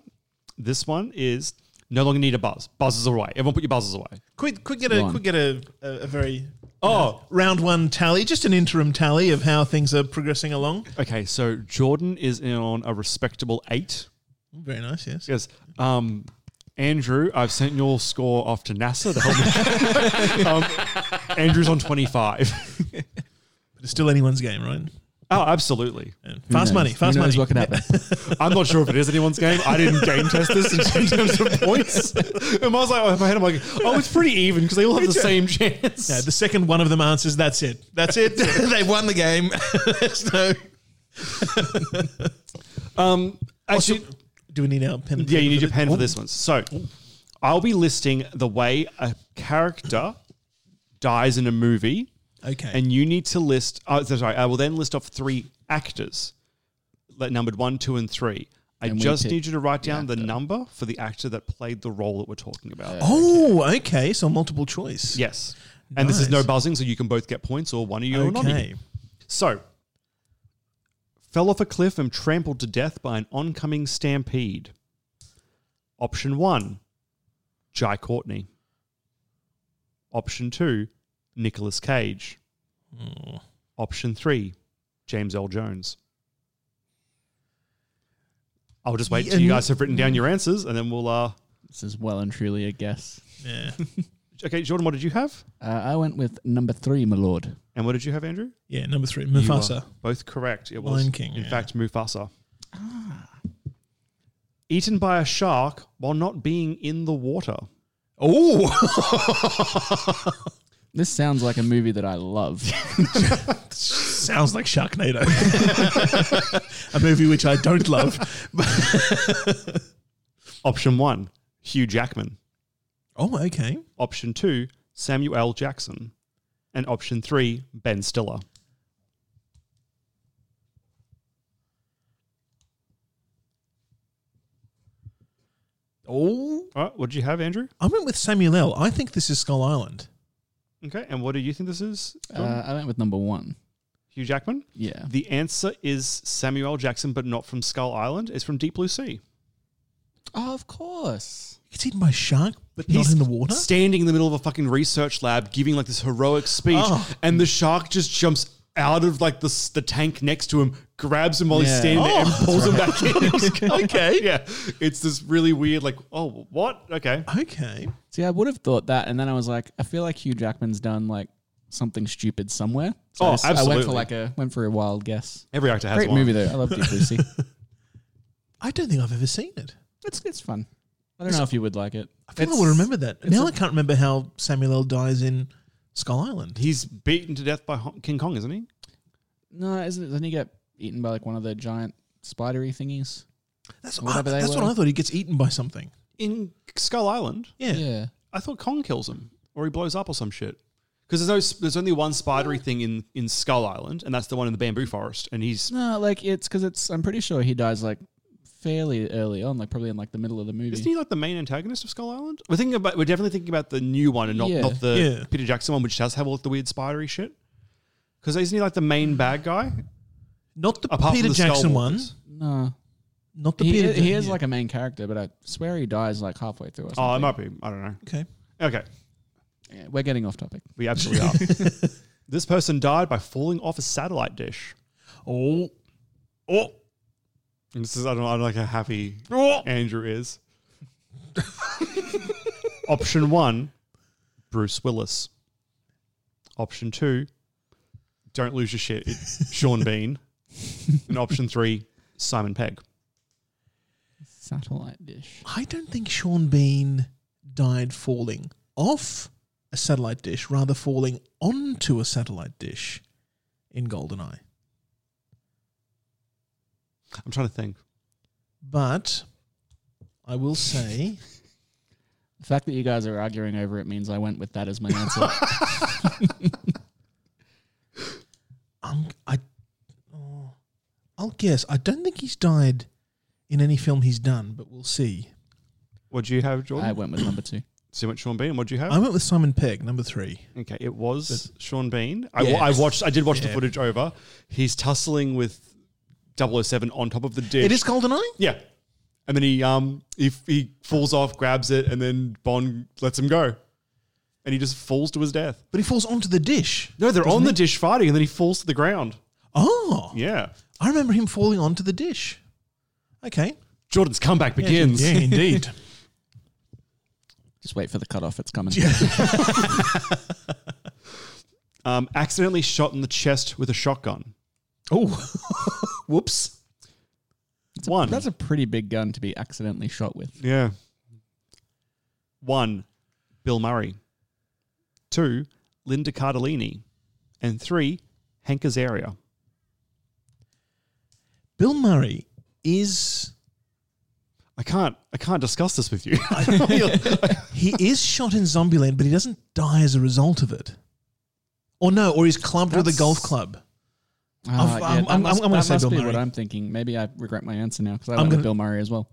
C: This one is no longer need a buzz. Buzzers away. Everyone put your buzzers away.
D: Quick, quick, get a
E: Right.
D: quick, get a, a, a very oh round one tally, just an interim tally of how things are progressing along.
C: Okay, so Jordan is in on a respectable eight.
D: Very nice, yes.
C: Yes. Um, Andrew, I've sent your score off to NASA to help me. um, Andrew's on 25.
D: But it's still anyone's game, right?
C: Oh, absolutely.
D: And fast money, fast
E: Who knows
D: money.
E: What could happen?
C: I'm not sure if it is anyone's game. I didn't game test this in terms of points. And I was like, oh, in my head, I'm like, oh, it's pretty even because they all have the same chance.
D: No, the second one of them answers, that's it. That's it. They've won the game. There's no.
C: Um, actually,
D: Do we need our pen? and
C: yeah, you need
D: paper for Oh,
C: your
D: thi-
C: pen for this one. So I'll be listing the way a character dies in a movie.
D: Okay.
C: and you need to list. Oh, so sorry, I will then list off three actors, like numbered one, two, and three. I
E: And we
C: just
E: pick
C: need you to write down the number for the actor that played the role that we're talking about.
D: oh, okay. So multiple choice.
C: yes, and this is no
D: Nice.
C: buzzing, so you can both get points, or one of you or none of you.
D: Okay.
C: So, fell off a cliff and trampled to death by an oncoming stampede. Option one, Jai Courtney. Option two, Nicolas Cage. Option three, James L. Jones. I'll just wait
D: Yeah,
C: till you
D: n-
C: guys have written down your answers, and then we'll. uh
E: this is well and truly a guess.
D: Yeah.
C: Okay, Jordan, what did you have?
E: Uh, I went with number three, my lord.
C: And what did you have, Andrew?
D: Yeah. Number three,
C: You are
D: Mufasa.
C: Both correct. It was
D: Lion King,
C: In
D: yeah.
C: fact, Mufasa. Eaten by a shark while not being in the water.
D: Oh,
E: This sounds like a movie that I love.
D: sounds like Sharknado, a movie which I don't love.
C: Option one, Hugh Jackman.
D: oh, okay.
C: Option two, Samuel L. Jackson. And option three, Ben Stiller.
D: Oh,
C: All right, what did you have, Andrew?
D: I went with Samuel L. I think this is Skull Island.
C: Okay, and what do you think this is?
E: uh, I went with number one.
C: Hugh Jackman?
E: Yeah.
C: The answer is Samuel L. Jackson, but not from Skull Island. It's from Deep Blue Sea.
E: Oh, of course.
D: It's eaten by a shark, but not in the water.
C: Standing in the middle of a fucking research lab, giving like this heroic speech,
D: Oh.
C: and the shark just jumps out of like the s- the tank next to him, grabs him while he's
E: Yeah.
C: standing there, and
D: Oh.
C: pulls him back in. okay, yeah, it's this really weird, like, oh, what? Okay,
D: okay.
E: See, I would have thought that, and then I was like, I feel like Hugh Jackman's done like something stupid somewhere. So
C: Oh,
E: I, s- I went
C: absolutely.
E: for like a went for a wild guess.
C: every actor has
E: Great
C: one.
E: movie though. I love Deep Blue Sea.
D: I don't think I've ever seen it.
E: It's it's fun. I don't know if you would like it.
D: I think I
E: It's-
D: would remember that.
E: it's
D: Now
E: a-
D: I can't remember how Samuel L. dies in Skull Island.
C: He's beaten to death by Hon- King Kong, isn't he?
E: No, isn't it? Doesn't he get eaten by like one of the giant spidery thingies?
D: That's,
E: Whatever they
D: that's what
E: were.
D: I thought. He gets eaten by something.
C: In Skull Island,
D: Yeah.
C: I thought Kong kills him or he blows up or some shit. Because there's no, s- there's only one spidery thing in in Skull Island, and that's the one in the bamboo forest, and he's
E: No, like it's because it's. I'm pretty sure he dies like fairly early on, like probably in like the middle of the movie.
C: Isn't he like the main antagonist of Skull Island? We're thinking about we're definitely thinking about the new one and not,
E: Yeah.
C: not the
D: Yeah.
C: Peter Jackson one, which does have all the weird spidery shit. Because isn't he like the main bad guy?
D: Not the
C: Apart
D: Peter
C: from the
D: Jackson
C: Skull
D: one.
C: Walkers.
E: no,
D: Not the
E: he,
D: Peter.
E: he
D: Ja-
E: is
D: yeah.
E: like a main character, but I swear he dies like halfway through. Or something.
C: Oh, it might be. I don't know.
D: okay.
C: Okay,
E: Yeah, we're getting off topic.
C: we absolutely are. this person died by falling off a satellite dish.
D: Oh, oh,
C: And this is I don't know, I don't like how happy
D: oh.
C: Andrew is. Option one, Bruce Willis. Option two, Don't lose your shit. It's Sean Bean. and option three, Simon Pegg.
E: Satellite dish.
D: I don't think Sean Bean died falling off a satellite dish, rather falling onto a satellite dish in GoldenEye.
C: I'm trying to think.
D: But I will say,
E: The fact that you guys are arguing over it means I went with that as my answer.
D: I'm, I, oh, I'll guess. I don't think he's died in any film he's done, but we'll see.
C: What do you have, Jordan?
E: I went with number two.
C: so you went Sean Bean. What do you have?
D: I went with Simon Pegg, number three.
C: okay, it was Sean Bean. I, wa- I watched. I did watch the footage over. He's tussling with 007 on top of the dish.
D: It is GoldenEye?
C: Yeah. And then he um he, he falls off, grabs it, and then Bond lets him go. And he just falls to his death.
D: But he falls onto the dish.
C: No, they're on the dish fighting, and then he falls to the ground.
D: Oh,
C: Yeah.
D: I remember him falling onto the dish. Okay.
C: Jordan's comeback begins.
D: Yeah, indeed.
E: Just wait for the cutoff. It's coming.
C: Um, accidentally shot in the chest with a shotgun.
D: oh, whoops.
C: One.
E: That's a pretty big gun to be accidentally shot with.
C: yeah. One, Bill Murray. Two, Linda Cardellini. And three, Hank Azaria.
D: Bill Murray is
C: I can't I can't discuss this with you.
D: he is shot in Zombieland, but he doesn't die as a result of it. Or no, or he's clubbed with a
E: That's-
D: golf club. I've-
E: Uh, yeah,
D: I'm-
E: that
D: I'm- I'm
E: must-
D: gonna
E: that
D: say
E: must
D: Bill
E: be
D: Murray.
E: what I'm thinking. Maybe I regret my answer now because I
D: I'm
E: went with
D: gonna-
E: Bill Murray as well.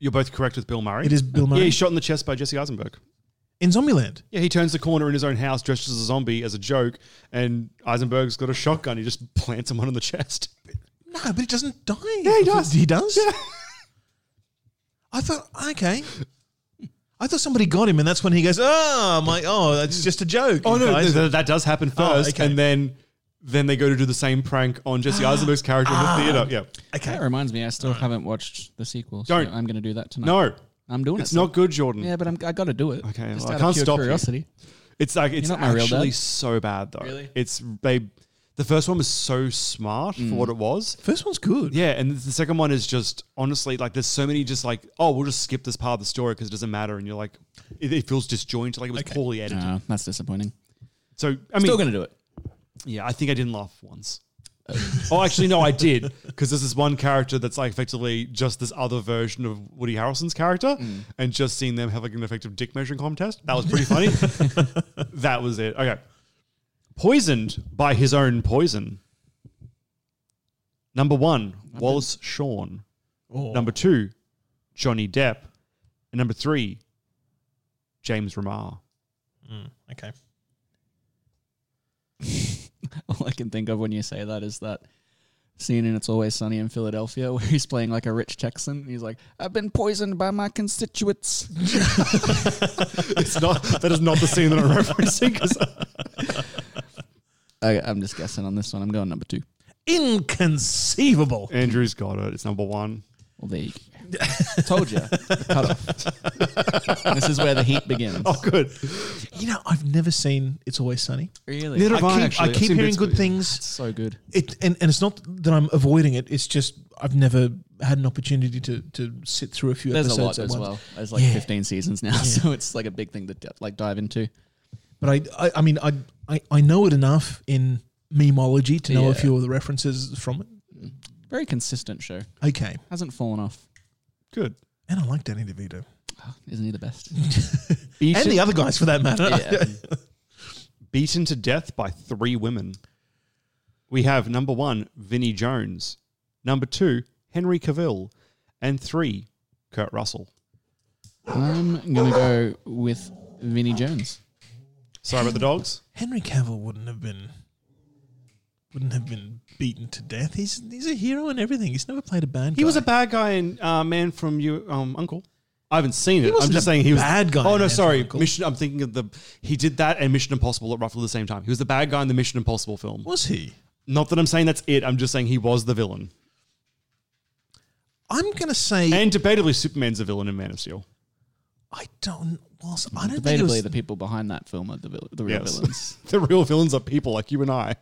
C: You're both correct with Bill Murray.
D: It is Bill Murray.
C: Yeah, he's shot in the chest by Jesse Eisenberg.
D: in Zombieland.
C: Yeah, he turns the corner in his own house, dressed as a zombie, as a joke, and Eisenberg's got a shotgun. He just plants him on in the chest.
D: No, but he doesn't die.
C: Yeah, he does.
D: He does? I thought, okay. I thought somebody got him, and that's when he goes, oh, my, oh, that's just a joke.
C: Oh no,
D: guys."
C: th- th- that does happen first,
D: okay.
C: and then then they go to do the same prank on Jesse Eisenberg's character in the theater. Yeah,
D: okay.
E: That reminds me, I still haven't watched the sequel. So
C: Don't.
E: I'm going to do that tonight.
C: no,
E: I'm doing
C: it's
E: it. so-
C: not good, Jordan.
E: Yeah, but I'm, I got to do it.
C: Okay,
E: Just
C: well, I
E: out
C: can't
E: of pure
C: stop you.
E: curiosity.
C: It's like it's
E: not my real
C: actually
E: dad.
C: so bad though.
E: Really?
C: It's they. The first one was so smart for what it was.
D: First one's good.
C: Yeah, and the second one is just honestly like there's so many just like oh we'll just skip this part of the story because it doesn't matter, and you're like it, it feels disjointed, like it was poorly edited.
E: Ah, that's disappointing.
C: So I mean,
E: still going to do it.
C: yeah, I think I didn't laugh once. oh, actually, no, I did because there's this one character that's like effectively just this other version of Woody Harrelson's character, and just seeing them have like an effective dick measuring contest that was pretty funny. that was it. Okay, poisoned by his own poison. Number one, Wallace Shawn. Number two, Johnny Depp, and number three, James Remar.
D: Okay.
E: All I can think of when you say that is that scene in It's Always Sunny in Philadelphia where he's playing like a rich Texan and he's like, I've been poisoned by my constituents.
C: It's not that is not the scene that I'm referencing because.
E: I, I'm just guessing on this one. I'm going number two.
D: Inconceivable.
C: Andrew's got it. It's number one.
E: Well, there you go. Told you. The cutoff. this is where the heat begins.
D: Oh,
C: Good.
D: You know, I've never seen It's Always Sunny.
E: really?
C: Neither
D: I
C: have I,
D: keep,
C: actually.
D: I
C: I've
D: keep
C: seen
D: hearing
C: bits
D: good
C: of it.
D: things.
E: so good.
D: It and, and it's not that I'm avoiding it. It's just I've never had an opportunity to to sit through a few
E: There's a
D: episodes
E: lot as
D: at once.
E: well. There's like
D: Yeah.
E: 15 seasons now, so it's like a big thing to d- like dive into.
D: But I, I I mean I I, I know it enough in memology to know a
E: Yeah.
D: few of the references from it.
E: Very consistent show.
D: Okay,
E: Hasn't fallen off. Oh,
C: Good.
D: and I like Danny DeVito
E: Isn't he the best?
D: and the other guys for that matter.
E: Yeah.
C: Beaten to death by three women. We have number one, Vinnie Jones. Number two, Henry Cavill. And three, Kurt Russell.
E: I'm gonna go with Vinnie Jones.
C: Sorry about the dogs.
D: Henry Cavill wouldn't have been wouldn't have been beaten to death. He's he's a hero and everything. He's never played a bad guy.
C: He was a bad guy in uh, Man from You um, Uncle. I haven't seen it. I'm
D: wasn't
C: just
D: a
C: saying he was
D: bad guy
C: Oh
D: in
C: no,
D: Man from
C: sorry.
D: Uncle.
C: Mission. I'm thinking of the. He did that and Mission Impossible at roughly the same time. He was the bad guy in the Mission Impossible film.
D: was he?
C: Not that I'm saying that's it. I'm just saying he was the villain.
D: I'm gonna say
C: And debatably, Superman's a villain in Man of Steel.
D: I don't. Well, I don't think it
E: Debatably,
D: was.
E: the people behind that film are the, vil- the real
C: Yes.
E: villains.
C: the real villains are people like you and I.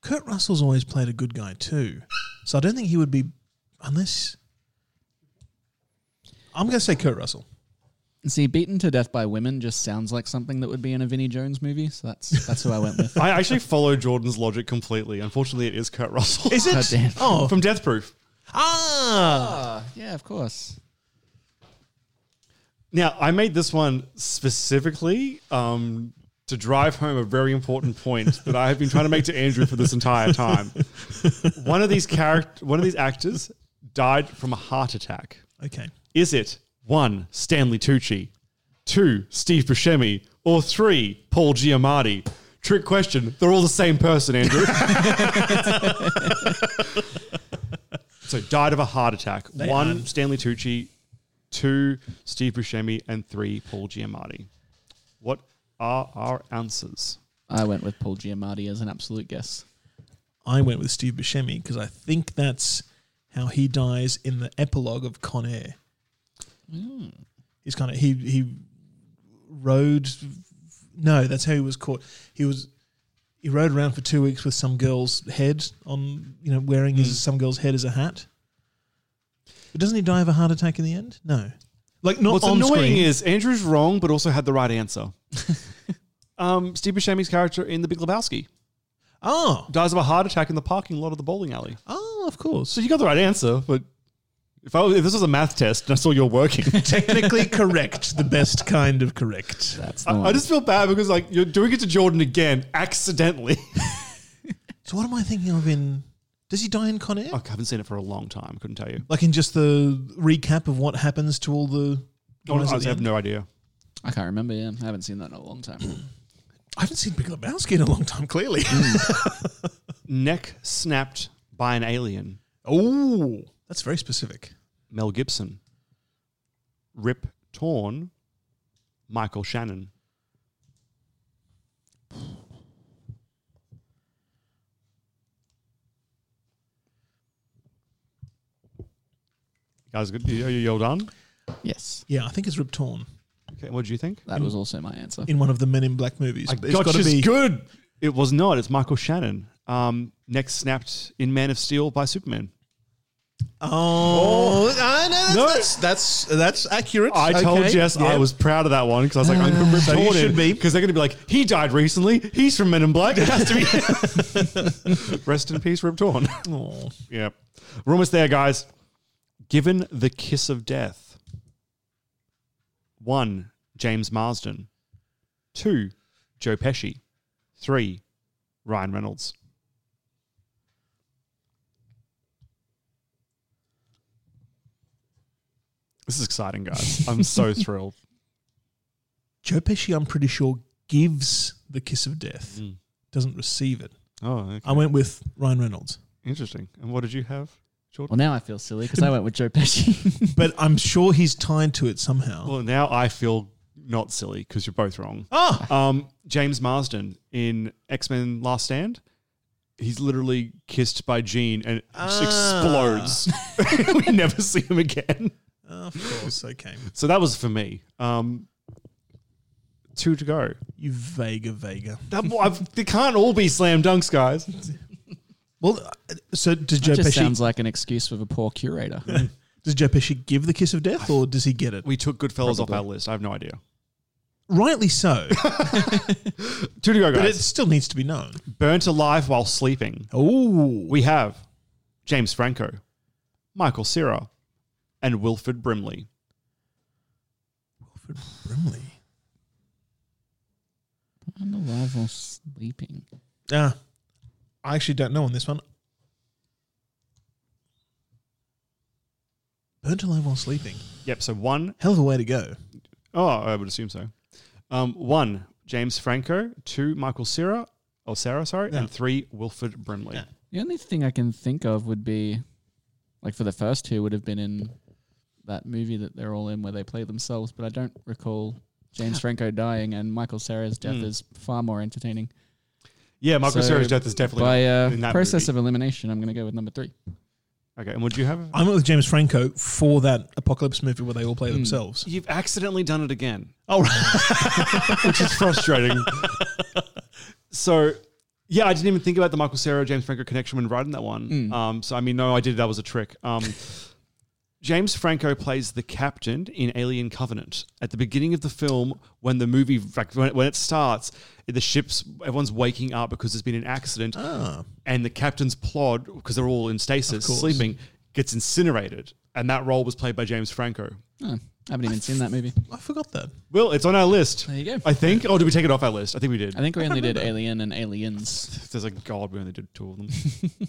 D: Kurt Russell's always played a good guy too, so I don't think he would be unless. I'm going to say Kurt Russell.
E: See, beaten to death by women just sounds like something that would be in a Vinnie Jones movie, so that's that's who I went with.
C: I actually follow Jordan's logic completely. Unfortunately, it is Kurt Russell.
D: Is it?
E: God damn.
D: Oh,
C: From Death Proof.
D: ah,
E: yeah, of course.
C: Now, I made this one specifically um, to drive home a very important point that I have been trying to make to Andrew for this entire time. One of these character, one of these actors died from a heart attack.
D: okay.
C: Is it one Stanley Tucci, two Steve Buscemi, or three Paul Giamatti? Trick question. They're all the same person, Andrew. so died of a heart attack. one Stanley Tucci, two Steve Buscemi, and three Paul Giamatti. What are our answers?
E: I went with Paul Giamatti as an absolute guess.
D: I went with Steve Buscemi because I think that's how he dies in the epilogue of Con Air.
C: Hmm.
D: He's kind of he he rode. No, that's how he was caught. He was he rode around for two weeks with some girl's head on, you know, wearing
C: Hmm.
D: his some girl's head as a hat. But doesn't he die of a heart attack in the end? No, like not
C: What's
D: on
C: annoying
D: screen.
C: is Andrew's wrong, but also had the right answer. um, Steve Buscemi's character in The Big Lebowski
D: oh,
C: dies of a heart attack in the parking lot of the bowling alley.
D: oh, of course.
C: So you got the right answer, but if, I, if this was a math test and I saw you're working,
D: Technically correct, the best kind of correct.
E: That's the
C: I,
E: one.
C: I just feel bad because like you're doing it to Jordan again accidentally.
D: So what am I thinking of in? Does he die in Con Air?
C: I haven't seen it for a long time. Couldn't tell you.
D: Like in just the recap of what happens to all the guys at
C: Honestly,
D: the
C: I have
D: end?
C: no idea.
E: I can't remember. Yeah, I haven't seen that in a long time.
D: I haven't seen Big Lebowski in a long time, clearly.
C: Hmm. Neck snapped by an alien.
D: oh, that's very specific.
C: Mel Gibson. Rip torn. Michael Shannon. You guys, good. You, you all done?
E: yes,
D: Yeah, I think it's Rip Torn
C: Okay, what do you think?
E: that was also my answer.
D: in one of the Men in Black movies. It's gotta
C: gotcha's
D: be-
C: good. It was not. It's Michael Shannon. Um, next snapped in Man of Steel by Superman.
D: Oh, I know.
C: No.
D: That's, that's that's that's accurate.
C: I told
D: Okay.
C: Jess I
D: Yeah. Ah.
C: was proud of that one because I was like, I'm going to
D: so you should be.
C: because they're going to be like, he died recently. He's from Men in Black. It has to be. Rest in peace, Rip Torn.
D: Aw.
C: yep. We're almost there, guys. Given the kiss of death. One, James Marsden. Two, Joe Pesci. Three, Ryan Reynolds. This is exciting, guys. I'm so thrilled.
D: Joe Pesci. I'm pretty sure gives the kiss of death,
C: Hmm.
D: doesn't receive it.
C: Oh,
D: I went with Ryan Reynolds,
C: interesting. And what did you have,
E: Well,
C: Jordan?
E: now I feel silly because I went with Joe Pesci.
D: but I'm sure he's tied to it somehow.
C: Well, now I feel not silly because you're both wrong.
D: Ah,
C: Um, James Marsden in X Men Last Stand. He's literally kissed by Jean and it just explodes. we never see him again.
D: Of course, okay.
C: So that was for me. Um, two to go.
D: You Vega Vega.
C: That, I've, they can't all be slam dunks, guys.
D: Well, uh, so does Joe
E: That just
D: Pesci
E: sounds like an excuse for the poor curator.
D: does Joe Pesci give the kiss of death, or does he get it?
C: We took Goodfellas off our list. I have no idea.
D: Rightly so,
C: Two to go,
D: but it
C: guys.
D: still needs to be known.
C: Burnt alive while sleeping.
D: Oh,
C: We have James Franco, Michael Cera, and Wilfred Brimley.
D: Wilfred Brimley.
E: I'm alive while sleeping.
D: Ah, I actually don't know on this one. Burnt alive while sleeping.
C: Yep, so one
D: Hell of a way to go.
C: Oh, I would assume so. Um, one, James Franco. Two, Michael Cera. Oh, Sarah, sorry.
D: Yeah.
C: And three, Wilfred Brimley.
D: Yeah.
E: The only thing I can think of would be, like for the first two, would have been in that movie that they're all in where they play themselves. But I don't recall James Franco dying, and Michael Sarah's
C: Hmm.
E: death is far more entertaining.
C: Yeah, Michael
E: So,
C: Cera's death is definitely
E: By
C: not
E: uh,
C: in that
E: process
C: movie.
E: of elimination, I'm going to go with number three.
C: Okay, and would you have?
D: I went with James Franco for that apocalypse movie where they all
E: Hmm.
D: play themselves.
C: You've accidentally done it again.
D: Oh, right.
C: which is frustrating. so, yeah, I didn't even think about the Michael Cera James Franco connection when writing that one. Um, so, I mean, no, I did. That was a trick. Um, James Franco plays the captain in Alien Covenant. At the beginning of the film, when the movie like, when, it, when it starts, the ship's everyone's waking up because there's been an accident, and the captain's plod because they're all in stasis sleeping gets incinerated, and that role was played by James Franco.
E: Oh, haven't even seen that movie.
D: I forgot that.
C: Well, it's on our list.
E: There you go.
C: I think. Oh, did we take it off our list? I think we did.
E: I think we only did Alien and Aliens.
C: There's a god we only did two of them.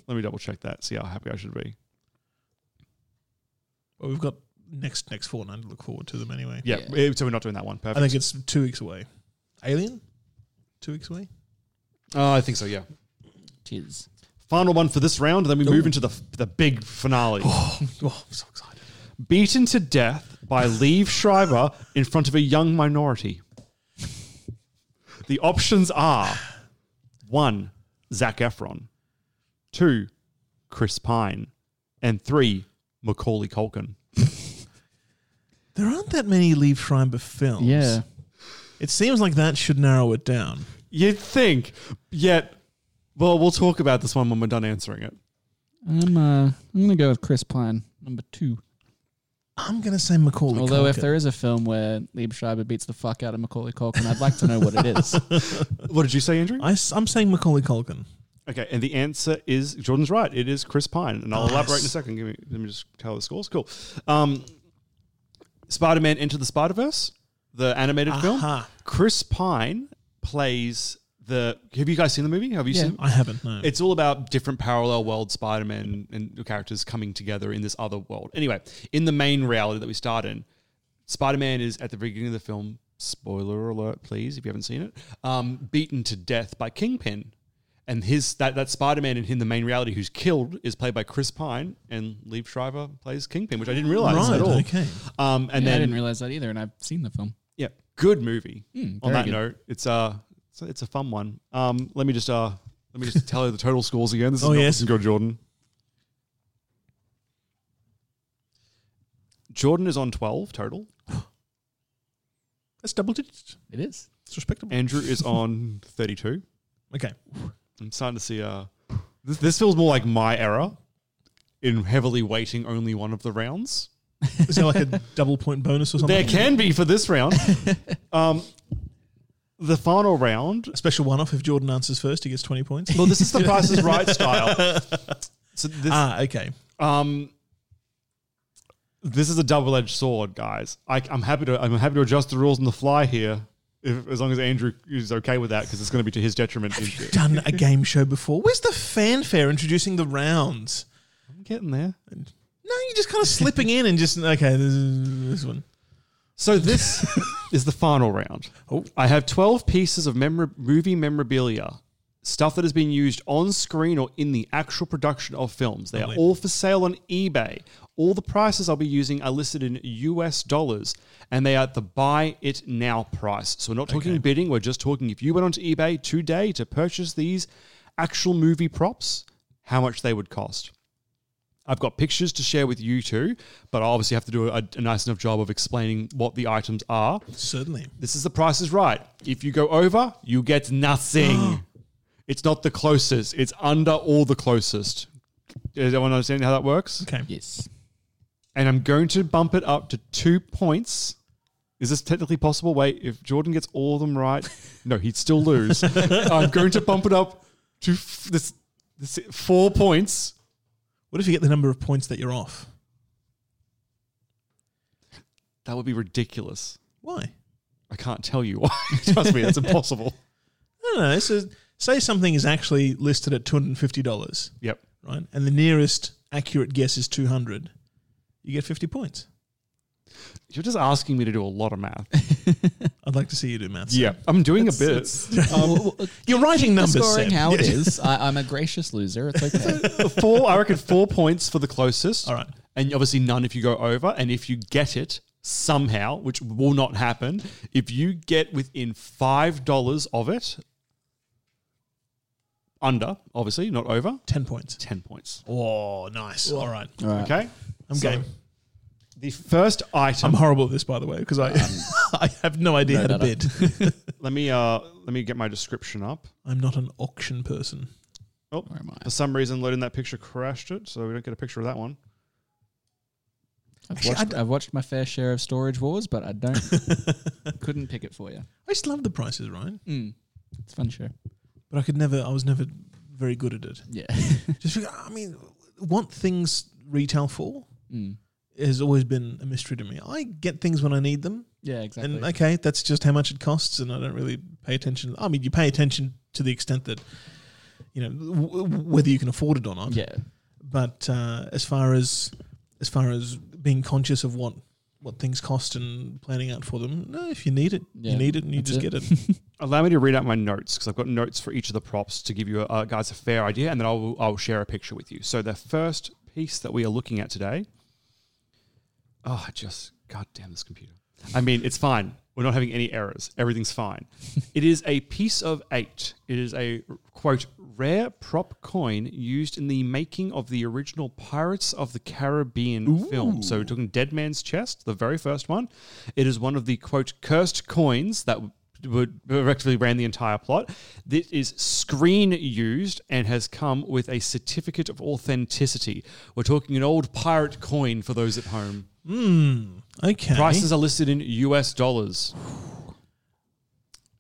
C: Let me double check that. See how happy I should be.
D: Well, we've got next next fortnight to look forward to them anyway.
C: Yeah. eh, So we're not doing that one. Perfect.
D: I think it's two weeks away. Alien, two weeks away.
C: Oh, I think so. Yeah.
E: Cheers.
C: Final one for this round. Then we move into the the big finale.
D: Oh, I'm so excited.
C: Beaten to death by Leave Shriver in front of a young minority. The options are one, Zach Efron, two, Chris Pine, and three, Macaulay Culkin.
D: There aren't that many Leave Schreiber films.
E: Yeah.
D: It seems like that should narrow it down.
C: You'd think, yet, well, we'll talk about this one when we're done answering it.
E: I'm uh, I'm gonna go with Chris Pine, number two.
D: I'm going to say Macaulay.
E: Although if
D: Culkin.
E: there is a film where Lieb Schreiber beats the fuck out of Macaulay Culkin, I'd like to know what it is.
C: What did you say, Andrew?
D: I, am saying Macaulay Culkin.
C: Okay, and the answer is Jordan's right. It is Chris Pine, and I'll
D: Nice.
C: elaborate in a second. Give me, let me just tell the scores. Cool. Um, Spider-Man Into the Spider-Verse, the animated film.
D: Aha.
C: Chris Pine plays the. Have you guys seen the movie? Have you
E: Yeah.
C: seen?
D: I haven't.
E: Hmm.
D: No.
C: It's all about different parallel world Spider-Man and characters coming together in this other world. Anyway, in the main reality that we start in, Spider-Man is at the beginning of the film. Spoiler alert, please, if you haven't seen it. Um, beaten to death by Kingpin, and his that that Spider-Man in him, the main reality who's killed, is played by Chris Pine, and Lee Shriver plays Kingpin, which I didn't realize
D: right.
C: at all.
D: Okay.
C: Um, and
E: Yeah, I
C: then
E: didn't realize that either, and I've seen the film.
C: yeah, good movie. On
E: very
C: that
E: good.
C: note, it's uh, it's a, it's a fun one. Um, let me just uh, let me just tell you the total scores again. This is
D: Oh,
C: not,
D: yes.
C: this is good, Jordan. Jordan is on twelve total.
D: That's double digits.
E: It is.
D: It's respectable.
C: Andrew is on thirty-two.
D: okay.
C: I'm starting to see uh, this, this feels more like my error in heavily weighting only one of the rounds.
D: Is there like a double point bonus or something?
C: There can be for this round. um, the final round
D: A special one off if Jordan answers first, he gets 20 points.
C: Well, this is the Price is Right style. So this,
D: ah, okay.
C: um, this is a double-edged sword, guys. I, I'm happy to I'm happy to adjust the rules on the fly here, if, as long as Andrew is okay with that, because it's going to be to his detriment. in-
D: Done a game show before. Where's the fanfare introducing the rounds?
C: I'm getting there.
D: No, you're just kind of slipping in and just, okay, this, is, this one.
C: So this is the final round.
D: Oh.
C: I have 12 pieces of memor- movie memorabilia, stuff that has been used on screen or in the actual production of films. They are all for sale on eBay. All the prices I'll be using are listed in US dollars and they are at the buy it now price. So we're not talking bidding, we're just talking if you went onto eBay today to purchase these actual movie props, how much they would cost. I've got pictures to share with you too, but I obviously have to do a, a nice enough job of explaining what the items are.
D: Certainly.
C: This is the price is right. If you go over, you get nothing. it's not the closest, it's under all the closest. Uh, Does everyone understand how that works?
D: Okay.
E: Yes.
C: And I'm going to bump it up to two points. Is this technically possible? Wait, if Jordan gets all of them right, no, he'd still lose. I'm going to bump it up to f- this, this four points.
D: What if you get the number of points that you're off?
C: That would be ridiculous.
D: Why?
C: I can't tell you why. Trust me, that's impossible.
D: I don't know. So say something is actually listed at $250,
C: Yep.
D: right? And the nearest accurate guess is 200. You get 50 points.
C: You're just asking me to do a lot of math.
D: I'd like to see you do maths.
C: I'm doing a bit.
E: It's-
D: Um,
E: it's- Well, well,
D: You're writing numbers.
E: scoring
D: Sam.
E: how it
D: Yeah.
E: is. I, I'm a gracious loser. It's okay.
C: four, I reckon four points for the closest.
D: All right.
C: And obviously none if you go over. And if you get it somehow, which will not happen, if you get within $5 of it, Under, obviously, not over.
D: 10 points.
C: 10 points.
D: Oh, nice. All right.
C: Okay.
D: I'm
C: So,
D: game.
C: The first item.
D: I'm horrible at this, by the way, because I, I have Um, no idea how to bid.
C: let me uh let me get my description up.
D: I'm not an auction person.
C: Oh,
E: am I?
C: for some reason, loading that picture crashed it, so we don't get a picture of that one.
E: I've
D: Actually, I
E: watched,
D: d-
E: I've watched my fair share of Storage Wars, but I don't couldn't pick it for you.
D: I just love the prices, right?
E: It's a fun show.
D: But I could never, I was never very good at it.
E: Yeah.
D: Just, figure- I mean, what things retail for
E: Mm.
D: has always been a mystery to me. I get things when I need them,
E: Yeah, exactly.
D: and okay, that's just how much it costs, and I don't really pay attention. I mean, you pay attention to the extent that you know w- w- whether you can afford it or not.
E: yeah.
D: But uh, as far as as far as being conscious of what what things cost and planning out for them, no, if you need it,
E: Yeah,
D: you need it, and you
E: that's
D: just
E: it.
D: get it.
C: Allow me to read out my notes because I've got notes for each of the props to give you uh, guys a fair idea, and then I'll I'll share a picture with you. So the first piece that we are looking at today. Oh, I just goddamn this computer. I mean, it's fine. We're not having any errors. Everything's fine. it is a piece of eight. It is a quote rare prop coin used in the making of the original Pirates of the Caribbean film. So we're talking Dead Man's Chest, the very first one. It is one of the quote cursed coins that would effectively ran the entire plot. This is screen used and has come with a certificate of authenticity. We're talking an old pirate coin for those at home.
D: Okay,
C: Prices are listed in US dollars.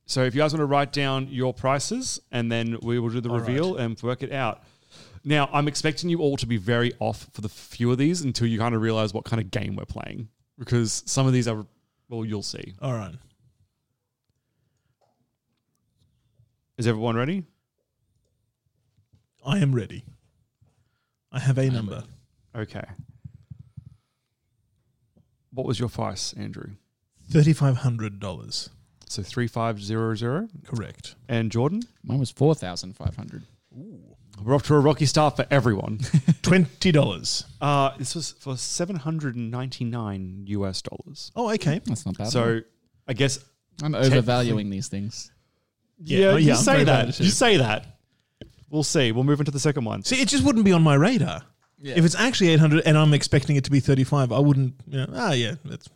C: So if you guys want to write down your prices and then we will do the reveal and work it out. Now, I'm expecting you all to be very off for the few of these until you kind of realize what kind of game we're playing because some of these are, well, you'll see.
D: all right.
C: Is everyone ready?
D: I am ready. I have a number.
C: Okay. What was your price, Andrew?
D: Thirty-five hundred dollars.
C: So 3500
D: Correct.
C: and Jordan?
E: Mine was four thousand five hundred.
C: We're off to a rocky start for everyone.
D: Twenty dollars.
C: Uh, this was for 799 US dollars.
D: Oh, okay.
E: That's not bad.
C: So I guess
E: I'm overvaluing these things.
C: yeah,
D: oh,
C: you
D: yeah, I'm
C: say
D: very glad
C: that.
D: it
C: You
D: is.
C: say that. We'll see. We'll move into the second one.
D: See, it just wouldn't be on my radar. If it's actually 800 and I'm expecting it to be 35, I wouldn't, you know, ah, yeah, that's.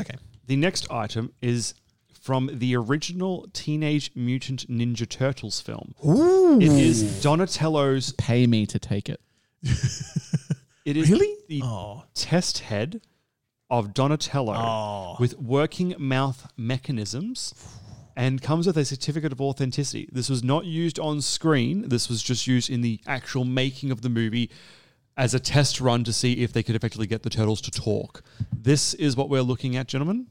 D: Okay.
C: The next item is from the original Teenage Mutant Ninja Turtles film.
D: Ooh.
C: It is Donatello's.
E: Pay me to take it.
C: It is
D: Really?
C: the
D: Oh,
C: test head of Donatello with working mouth mechanisms and comes with a certificate of authenticity. This was not used on screen, this was just used in the actual making of the movie as a test run to see if they could effectively get the turtles to talk. This is what we're looking at, gentlemen.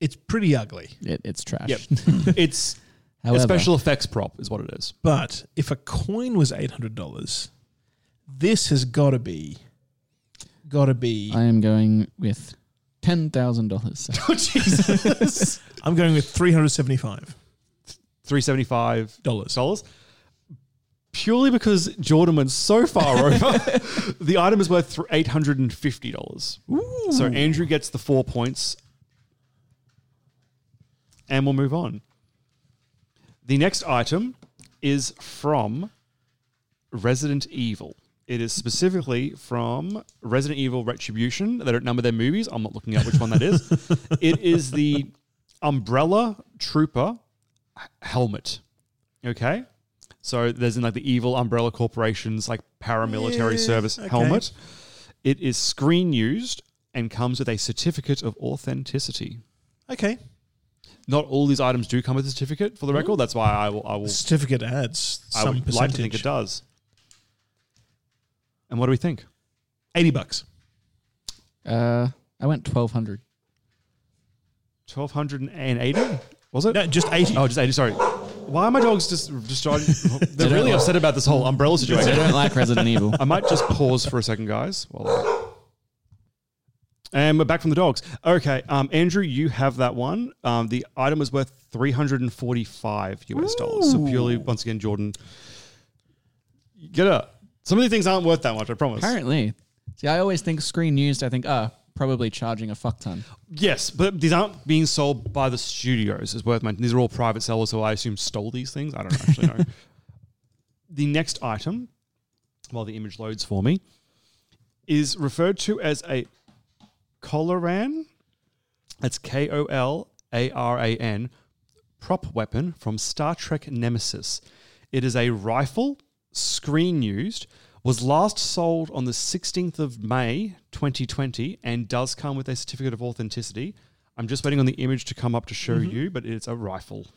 D: it's pretty ugly.
E: it it's trash.
C: Yep. it's a
E: However-
C: special effects prop, is what it is.
D: But if a coin was $800, this has got to be, got to be.
E: I am going with ten thousand dollars.
D: Oh, I'm going with $375.
C: 375
D: Dollars.
C: dollars. Purely because Jordan went so far over, the item is worth eight hundred and fifty dollars. So Andrew gets the four points, and we'll move on. The next item is from Resident Evil. It is specifically from Resident Evil Retribution. They don't number their movies. I'm not looking at which one that is. it is the Umbrella Trooper helmet. Okay. So there's in like the evil umbrella corporations, like paramilitary service helmet. It is screen used and comes with a certificate of authenticity.
D: Okay.
C: Not all these items do come with a certificate for the record. That's why I will, I will,
D: Certificate adds
C: I
D: some
C: would
D: percentage.
C: like to think it does. And what do we think?
D: 80 bucks.
E: uh, I went twelve hundred.
C: 1280 was it?
D: No, just 80.
C: Oh, just 80. Sorry. Why are my dogs just destroyed? They're
E: don't
C: really
E: like-
C: upset about this whole umbrella
E: I
C: situation.
E: don't like Resident Evil.
C: I might just pause for a second, guys. While I... And we're back from the dogs. Okay, um, Andrew, you have that one. Um, the item was worth 345 US dollars. So purely, once again, Jordan, get up. Some of these things aren't worth that much, I promise.
E: Apparently, see, I always think screen used. I think ah, probably charging a fuck ton.
C: Yes, but these aren't being sold by the studios. It's worth mentioning. These are all private sellers who I assume stole these things. I don't actually know. the next item, while the image loads for me, is referred to as a Coloran. That's K O L A R A N, prop weapon from Star Trek Nemesis. It is a rifle, screen used, was last sold on the 16th of May 2020, and does come with a certificate of authenticity. I'm just waiting on the image to come up to show you, but it's a rifle.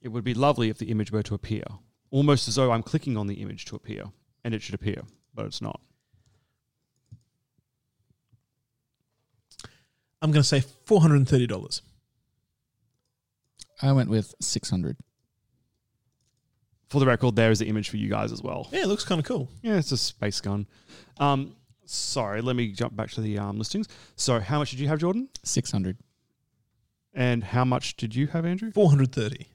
C: It would be lovely if the image were to appear, almost as though I'm clicking on the image to appear, and it should appear, but it's not.
D: I'm going to say four hundred and thirty dollars.
E: I went with 600.
C: For the record, there is the image for you guys as well.
D: Yeah, it looks kind of cool.
C: Yeah, it's a space gun. Um, sorry, let me jump back to the um, listings. So, how much did you have, Jordan?
E: 600.
C: And how much did you have, Andrew?
D: Four hundred thirty.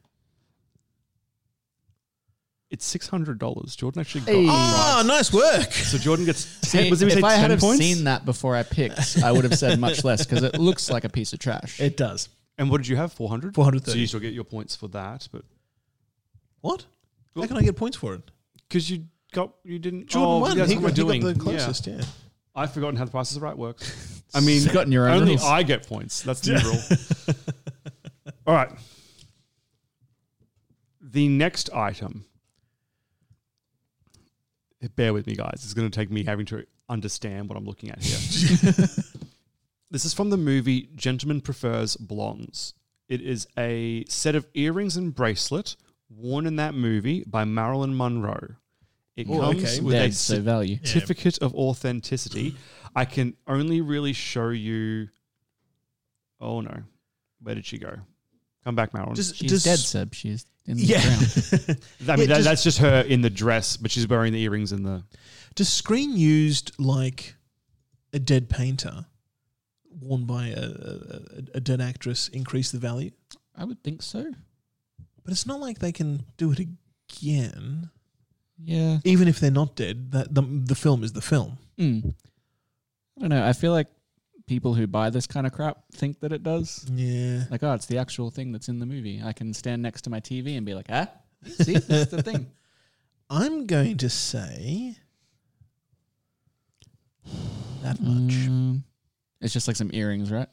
C: It's six hundred dollars. Jordan actually got.
E: Hey.
C: it
D: Ah,
C: right.
D: nice work.
C: So Jordan gets. Ten, was it,
E: if
C: we say
E: I had
C: 10
E: have
C: points?
E: seen that before I picked, I would have said much less because it looks like a piece of trash.
D: It does.
C: and what did you have? Four hundred.
D: 430.
C: So you still get your points for that, but
D: What? How can I get points for it?
C: because you got you didn't.
D: Jordan
C: oh,
D: won.
C: That's
D: He,
C: what
D: got-
C: we're
D: he got
C: doing.
D: the
C: Yeah.
D: closest. Yeah.
C: I've forgotten how the prices right works. I mean,
E: Forgotten your own
C: only
E: rules.
C: I get points. That's the new rule. All right. The next item. Bear with me, guys. It's going to take me having to understand what I'm looking at here. this is from the movie Gentleman Prefers Blondes. It is a set of earrings and bracelet worn in that movie by Marilyn Monroe. It
D: Oh,
C: comes
D: okay.
C: with a
E: There's the value.
C: certificate of authenticity. I can only really show you. Oh no, where did she go? Come back, Marilyn.
D: Does-
E: She's
D: does-
E: dead, Seb. She's in the
D: Yeah.
E: ground.
C: I mean,
D: yeah,
C: that,
D: does-
C: that's just her in the dress, but she's wearing the earrings and the.
D: Does screen used like a dead painter worn by a, a, a- a dead actress increase the value?
E: I would think so.
D: But it's not like they can do it again.
E: Yeah.
D: Even if they're not dead, that the, the film is the film.
E: Mm. I don't know. I feel like people who buy this kind of crap think that it does.
D: Yeah.
E: Like, oh, it's the actual thing that's in the movie. I can stand next to my TV and be like, ah, see, that's the thing.
D: I'm going to say that much.
E: Mm. It's just like some earrings, right?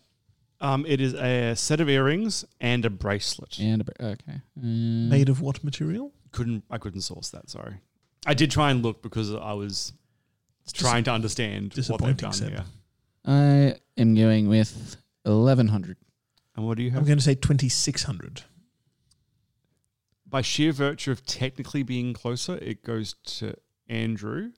C: Um, it is a set of earrings and a bracelet.
E: And a, br- okay. Mm.
D: Made of what material?
C: Couldn't I couldn't source that? Sorry, I did try and look because I was trying to understand what they've
D: disappointing,
C: done
D: Seb.
C: here.
E: I am going with 1100.
C: And what do you have?
D: I'm going to say 2600.
C: by sheer virtue of technically being closer, it goes to Andrew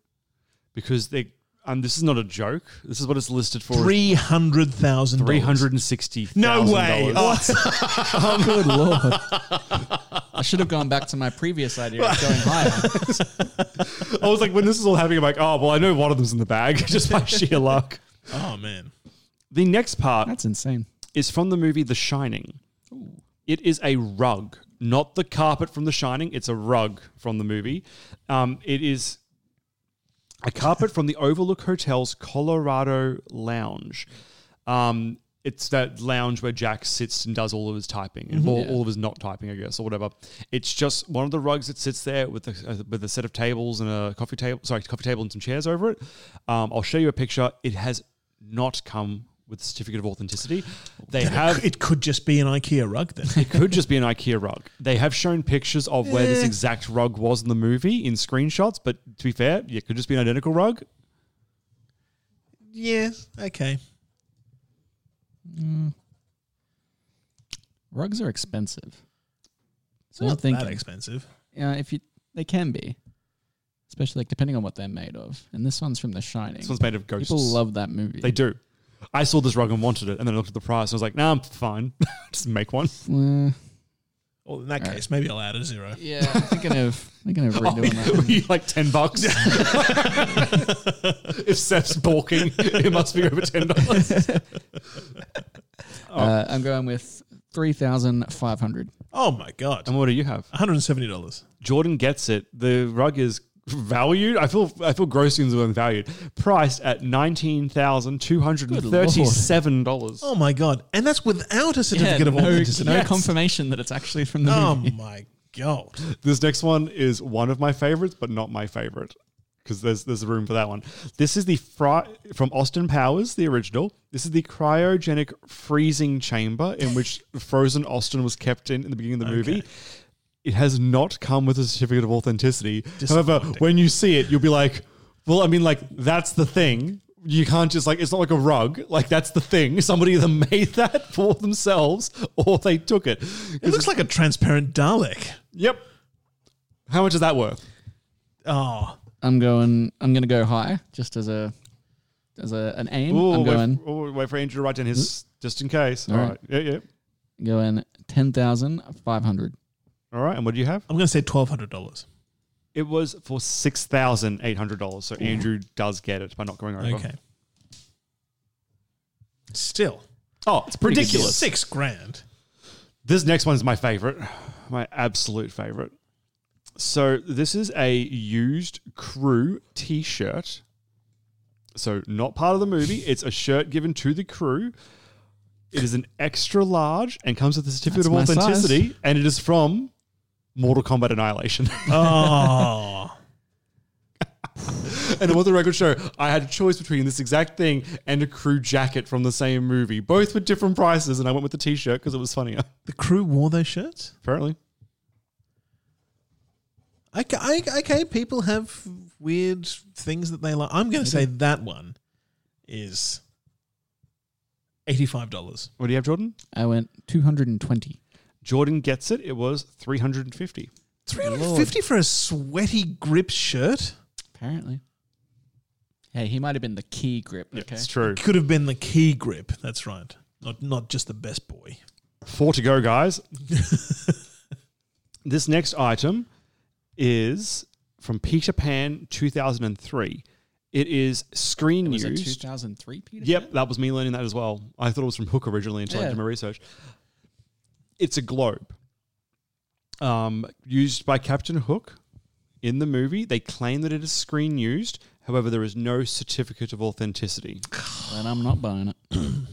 C: because they. Um, this is not a joke. This is what it's listed for.
D: Three hundred thousand.
C: Three hundred and sixty.
D: No way.
E: Oh, good lord. I should have gone back to my previous idea of going higher.
C: I was like, when this is all happening, I'm like, oh well, I know one of them's in the bag just by sheer luck.
D: Oh man.
C: The next part
E: That's insane.
C: is from the movie The Shining. It is a rug, not the carpet from The Shining. It's a rug from the movie. Um, it is a carpet from the Overlook Hotel's Colorado Lounge. Um, it's that lounge where Jack sits and does all of his typing and all, all of his not typing, I guess, or whatever. It's just one of the rugs that sits there with a, uh, with a set of tables and a coffee table, sorry, coffee table and some chairs over it. Um, I'll show you a picture. It has not come with a certificate of authenticity. They have
D: It could just be an IKEA rug then.
C: it could just be an IKEA rug. They have shown pictures of where this exact rug was in the movie in screenshots, but to be fair, it could just be an identical rug.
D: yeah. Okay.
E: Rugs are expensive.
D: It's
E: So I'm
D: not that
E: thinking,
D: expensive.
E: yeah, if you, they can be, especially like depending on what they're made of. And this one's from The Shining.
C: This one's made of ghosts.
E: People love that movie.
C: They do. I saw this rug and wanted it, and then I looked at the price and I was like, "Nah, I'm fine. just make one."
E: Uh,
D: Well, in that
E: All right.
D: case, maybe I'll add a zero.
E: yeah, I'm thinking of thinking
D: Oh,
E: of redoing that.
C: Were you like ten bucks? if Seth's balking, it must be over ten dollars.
E: Uh, I'm going with three thousand five hundred.
D: Oh my god.
C: And what do you have?
D: One hundred and seventy dollars.
C: Jordan gets it. The rug is valued. I feel I feel gross using the word valued. Priced at nineteen thousand two hundred and thirty-seven dollars.
D: Oh my god! And that's without a certificate of
E: no,
D: authenticity.
E: no confirmation that it's actually from the
D: Oh
E: movie.
D: my god!
C: This next one is one of my favorites, but not my favorite because there's there's room for that one. This is the fry, from Austin Powers, the original. This is the cryogenic freezing chamber in which frozen Austin was kept in in the beginning of the movie. It has not come with a certificate of authenticity. However, when you see it, you'll be like, "Well, I mean, like that's the thing." You can't just like it's not like a rug. Like that's the thing. Somebody either made that for themselves or they took it.
D: It looks like a transparent Dalek.
C: Yep. How much is that worth?
D: Oh,
E: I'm going. I'm going to go high, just as a as a, an aim.
C: Ooh,
E: I'm
C: wait,
E: going
C: ooh, wait for Andrew to write down his just in case.
E: All
C: All right.
E: right.
C: Yeah, yeah.
E: going ten thousand five hundred.
C: All right. And what do you have?
D: I'm going to say twelve hundred dollars.
C: It was for six thousand eight hundred dollars. So Andrew does get it by not going over.
D: Okay. Still
C: Oh, it's ridiculous.
D: six grand.
C: This next one is my favorite, my absolute favorite. So this is a used crew T-shirt. So not part of the movie. It's a shirt given to the crew. It is an extra large and comes with a certificate of
E: That's my size.
C: authenticity, and it is from Mortal Kombat Annihilation.
D: Oh,
C: And what the record show, I had a choice between this exact thing and a crew jacket from the same movie, both with different prices, and I went with the t-shirt because it was funnier.
D: the crew wore those shirts.
C: Apparently,
D: Okay, I, okay, people have weird things that they like. I'm going to say that one is eighty-five dollars.
C: what do you have, Jordan?
E: I went two hundred and twenty.
C: Jordan gets it. It was three hundred and fifty.
D: Three hundred fifty for a sweaty grip shirt.
E: Apparently. Hey, he might have been the key grip. Okay.
C: It's true.
D: Could have been the key grip. That's right. Not not just the best boy.
C: Four to go, guys. this next item is from Peter Pan, two thousand and three. It is screen
E: was it
C: used.
E: 2003 Peter?
C: Yep, that was me learning that as well. I thought it was from Hook originally until I
E: Yeah.
C: did my research. It's a globe um, used by Captain Hook in the movie. They claim that it is screen used. However, there is no certificate of authenticity.
E: Then I'm not buying it.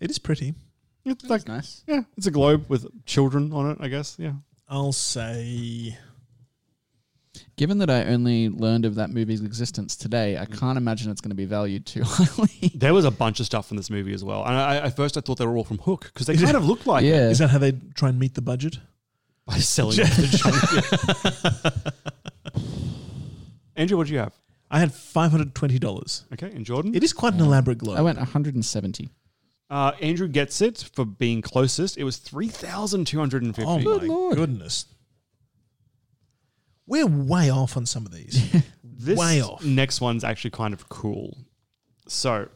D: It is pretty.
C: It's like,
E: Nice.
C: yeah, it's a globe with children on it, I guess. Yeah.
D: I'll say
E: Given that I only learned of that movie's existence today,
C: Mm.
E: I can't imagine it's going to be valued too highly.
C: There was a bunch of stuff in this movie as well. And I, I- at first I thought they were all from Hook because they kind of look like it
E: yeah.
D: is that how they try and meet the budget?
C: by selling it to children. Andrew, what do you have?
D: I had five hundred twenty dollars.
C: Okay, and Jordan?
D: It is quite an elaborate globe.
E: I went 170.
C: Uh, Andrew gets it for being closest. It was three thousand two hundred and fifty.
D: oh my goodness. We're way off on some of these.
C: this
D: way off.
C: next one's actually kind of cool. So,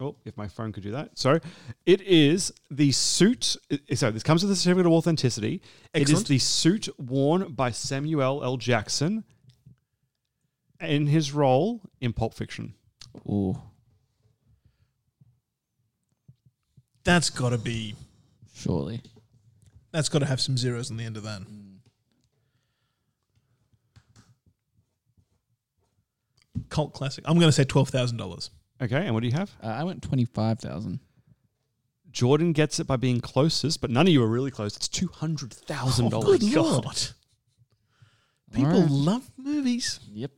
C: oh, if my phone could do that. So, it is the suit. i- So this comes with a certificate of authenticity. It is
D: Excellent.
C: the suit worn by Samuel L. Jackson in his role in Pulp Fiction.
E: Ooh.
D: That's got to be.
E: Surely.
D: That's got to have some zeros on the end of that. Cult classic. I'm going to say twelve thousand dollars.
C: Okay, and what do you have?
E: Uh, I went 25,000.
C: Jordan gets it by being closest, but none of you are really close. It's two hundred thousand dollars.
D: Oh God. People
E: All right.
D: love movies.
E: Yep.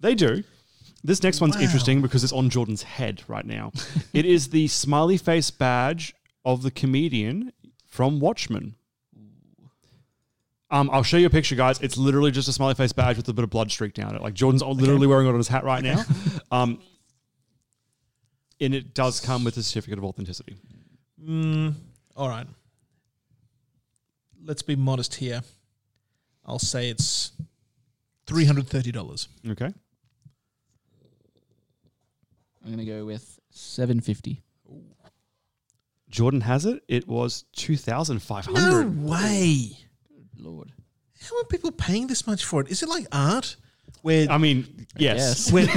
C: They do. This next one's
D: Wow.
C: interesting because it's on Jordan's head right now. it is the smiley face badge of the comedian from Watchmen. Um, I'll show you a picture, guys. It's literally just a smiley face badge with a bit of blood streak down it. Like Jordan's literally wearing it on his hat right now. Um, and it does come with a certificate of authenticity.
D: Mm, all right. Let's be modest here. I'll say it's three hundred thirty dollars.
C: Okay.
E: I'm going to go with 750.
C: Jordan has it. It was two thousand five hundred.
D: way.
E: Lord.
D: How are people paying this much for it? Is it like art, where
C: I mean, yes.
E: Yes.
D: where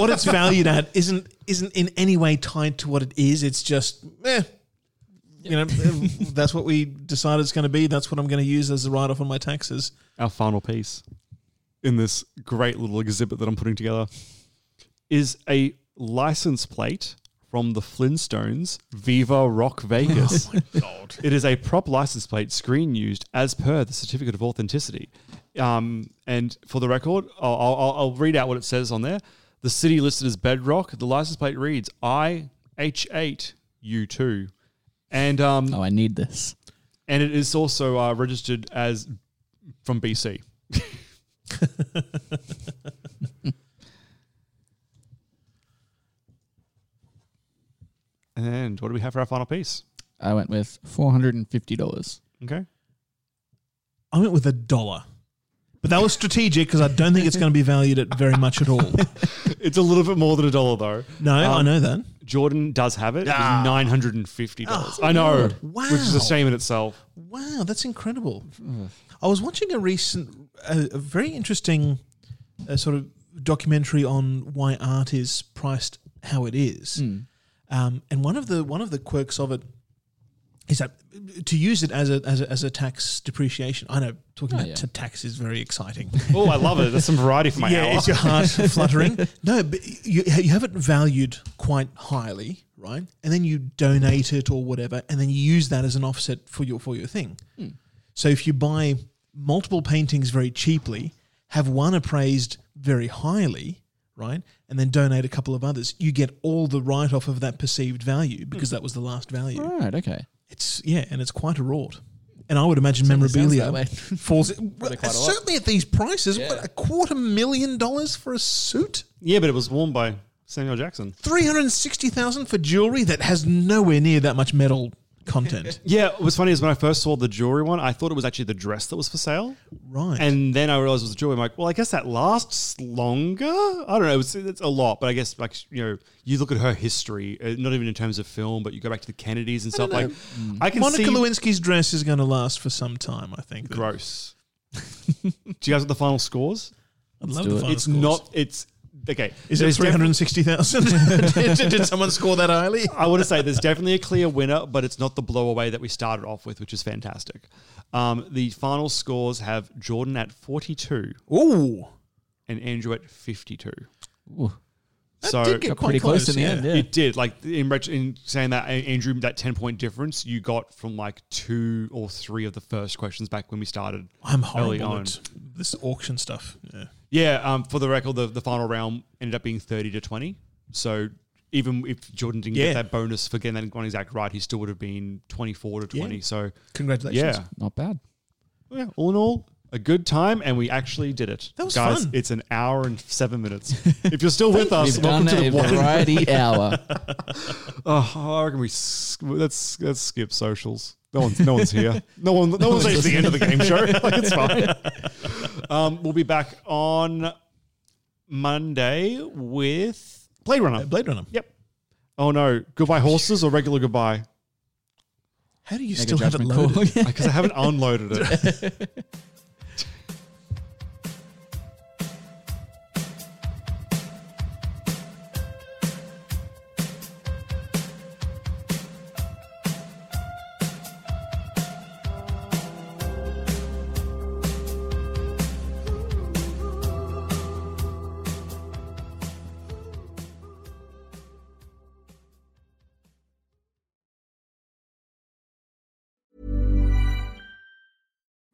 D: what it's valued at isn't isn't in any way tied to what it is? It's just eh. You know, that's what we decide it's going to be. That's what I'm going to use as a write off on my taxes.
C: Our final piece. in this great little exhibit that I'm putting together is a license plate from the Flintstones Viva Rock Vegas. It is a prop license plate screen used as per the certificate of authenticity. Um, and for the record, I'll, I'll, I'll read out what it says on there. The city listed as Bedrock. The license plate reads IH8U2. And um,
E: Oh, I need this.
C: and it is also uh, registered as from BC. and what do we have for our final piece?
E: I went with four hundred and fifty dollars.
C: Okay.
D: I went with a dollar. But that was strategic because I don't think it's going to be valued at very much at all.
C: It's a little bit more than a dollar though. Um,
D: No, I know that.
C: Jordan does have it. It's nine hundred and fifty dollars. I know,
D: Oh, Wow.
C: which is a shame in itself.
D: Wow, that's incredible. I was watching a recent, a, a very interesting uh, sort of documentary on why art is priced how it is, um, and one of the one of the quirks of it is that to use it as a as a, as a tax depreciation. I know talking about
E: yeah.
D: t- tax is very exciting.
C: Oh, I love it. There's some variety for my
D: yeah,
C: hour.
D: is your heart fluttering? No, but you, you have it valued quite highly, right? And then you donate it or whatever, and then you use that as an offset for your for your thing.
C: Hmm.
D: So if you buy multiple paintings very cheaply, have one appraised very highly, right, and then donate a couple of others, you get all the write off of that perceived value
C: Hmm.
D: because that was the last value.
E: Right. Okay.
D: It's yeah, and it's quite a rort. And I would imagine
E: Certainly sounds
D: memorabilia
E: that way.
D: falls well,
E: quite a lot.
D: certainly at these prices. What
E: Yeah.
D: a quarter million dollars for a suit,
C: yeah, but it was worn by Samuel Jackson.
D: three hundred and sixty thousand for jewelry that has nowhere near that much metal content.
C: Yeah, what's funny is when I first saw the jewelry one, I thought it was actually the dress that was for sale.
D: right.
C: And then I realized it was a jewelry. I'm like, well, I guess that lasts longer. I don't know. It's, it's a lot, but I guess like you know, you look at her history, uh, not even in terms of film, but you go back to the Kennedys and stuff. Like, I can
D: Monica
C: see
D: Lewinsky's dress is going to last for some time, I think.
C: gross. Do you guys have the final scores?
D: I'd love
E: do
D: the
E: it.
D: final
C: it's
D: scores.
C: not. It's okay.
D: Is it
C: There's
D: three
C: def-
D: hundred and sixty thousand? did, did someone score that highly?
C: I want to say there's definitely a clear winner, but it's not the blow away that we started off with, which is fantastic. Um, the final scores have Jordan at 42
D: Ooh,
C: and Andrew at 52.
E: Ooh,
D: that
C: so
D: did get
E: got
D: quite
E: pretty close, in the
D: yeah.
E: end. Yeah.
C: It did. Like in, ret- in saying that, A- Andrew, that 10 point difference you got from like two or three of the first questions back when we started.
D: I'm
C: early
D: horrible
C: on.
D: at this auction stuff. Yeah.
C: Yeah, um, for the record, the, the final round ended up being 30 to 20. So even if Jordan didn't
D: Yeah.
C: get that bonus for getting that one exact right, he still would have been 24 to 20.
D: Yeah.
C: So
D: Congratulations.
C: yeah.
E: Not bad.
C: yeah, all in all, a good time, and we actually did it.
D: That was
C: Guys,
D: fun.
C: it's an hour and seven minutes. If you're still with us,
E: We've
C: welcome
E: done
C: to
E: a
C: the one.
E: variety hour.
C: Oh, I reckon we s- let's let's skip socials. No one's no one's here. No one no one's at the end of the game show. Like it's fine. Um, we'll be back on Monday with Blade Runner.
D: Uh, Blade Runner.
C: Yep. Oh no, goodbye horses or regular goodbye?
D: How do you
E: Make a
D: still have it
E: judgment call.
D: loaded?
C: Because I haven't unloaded it.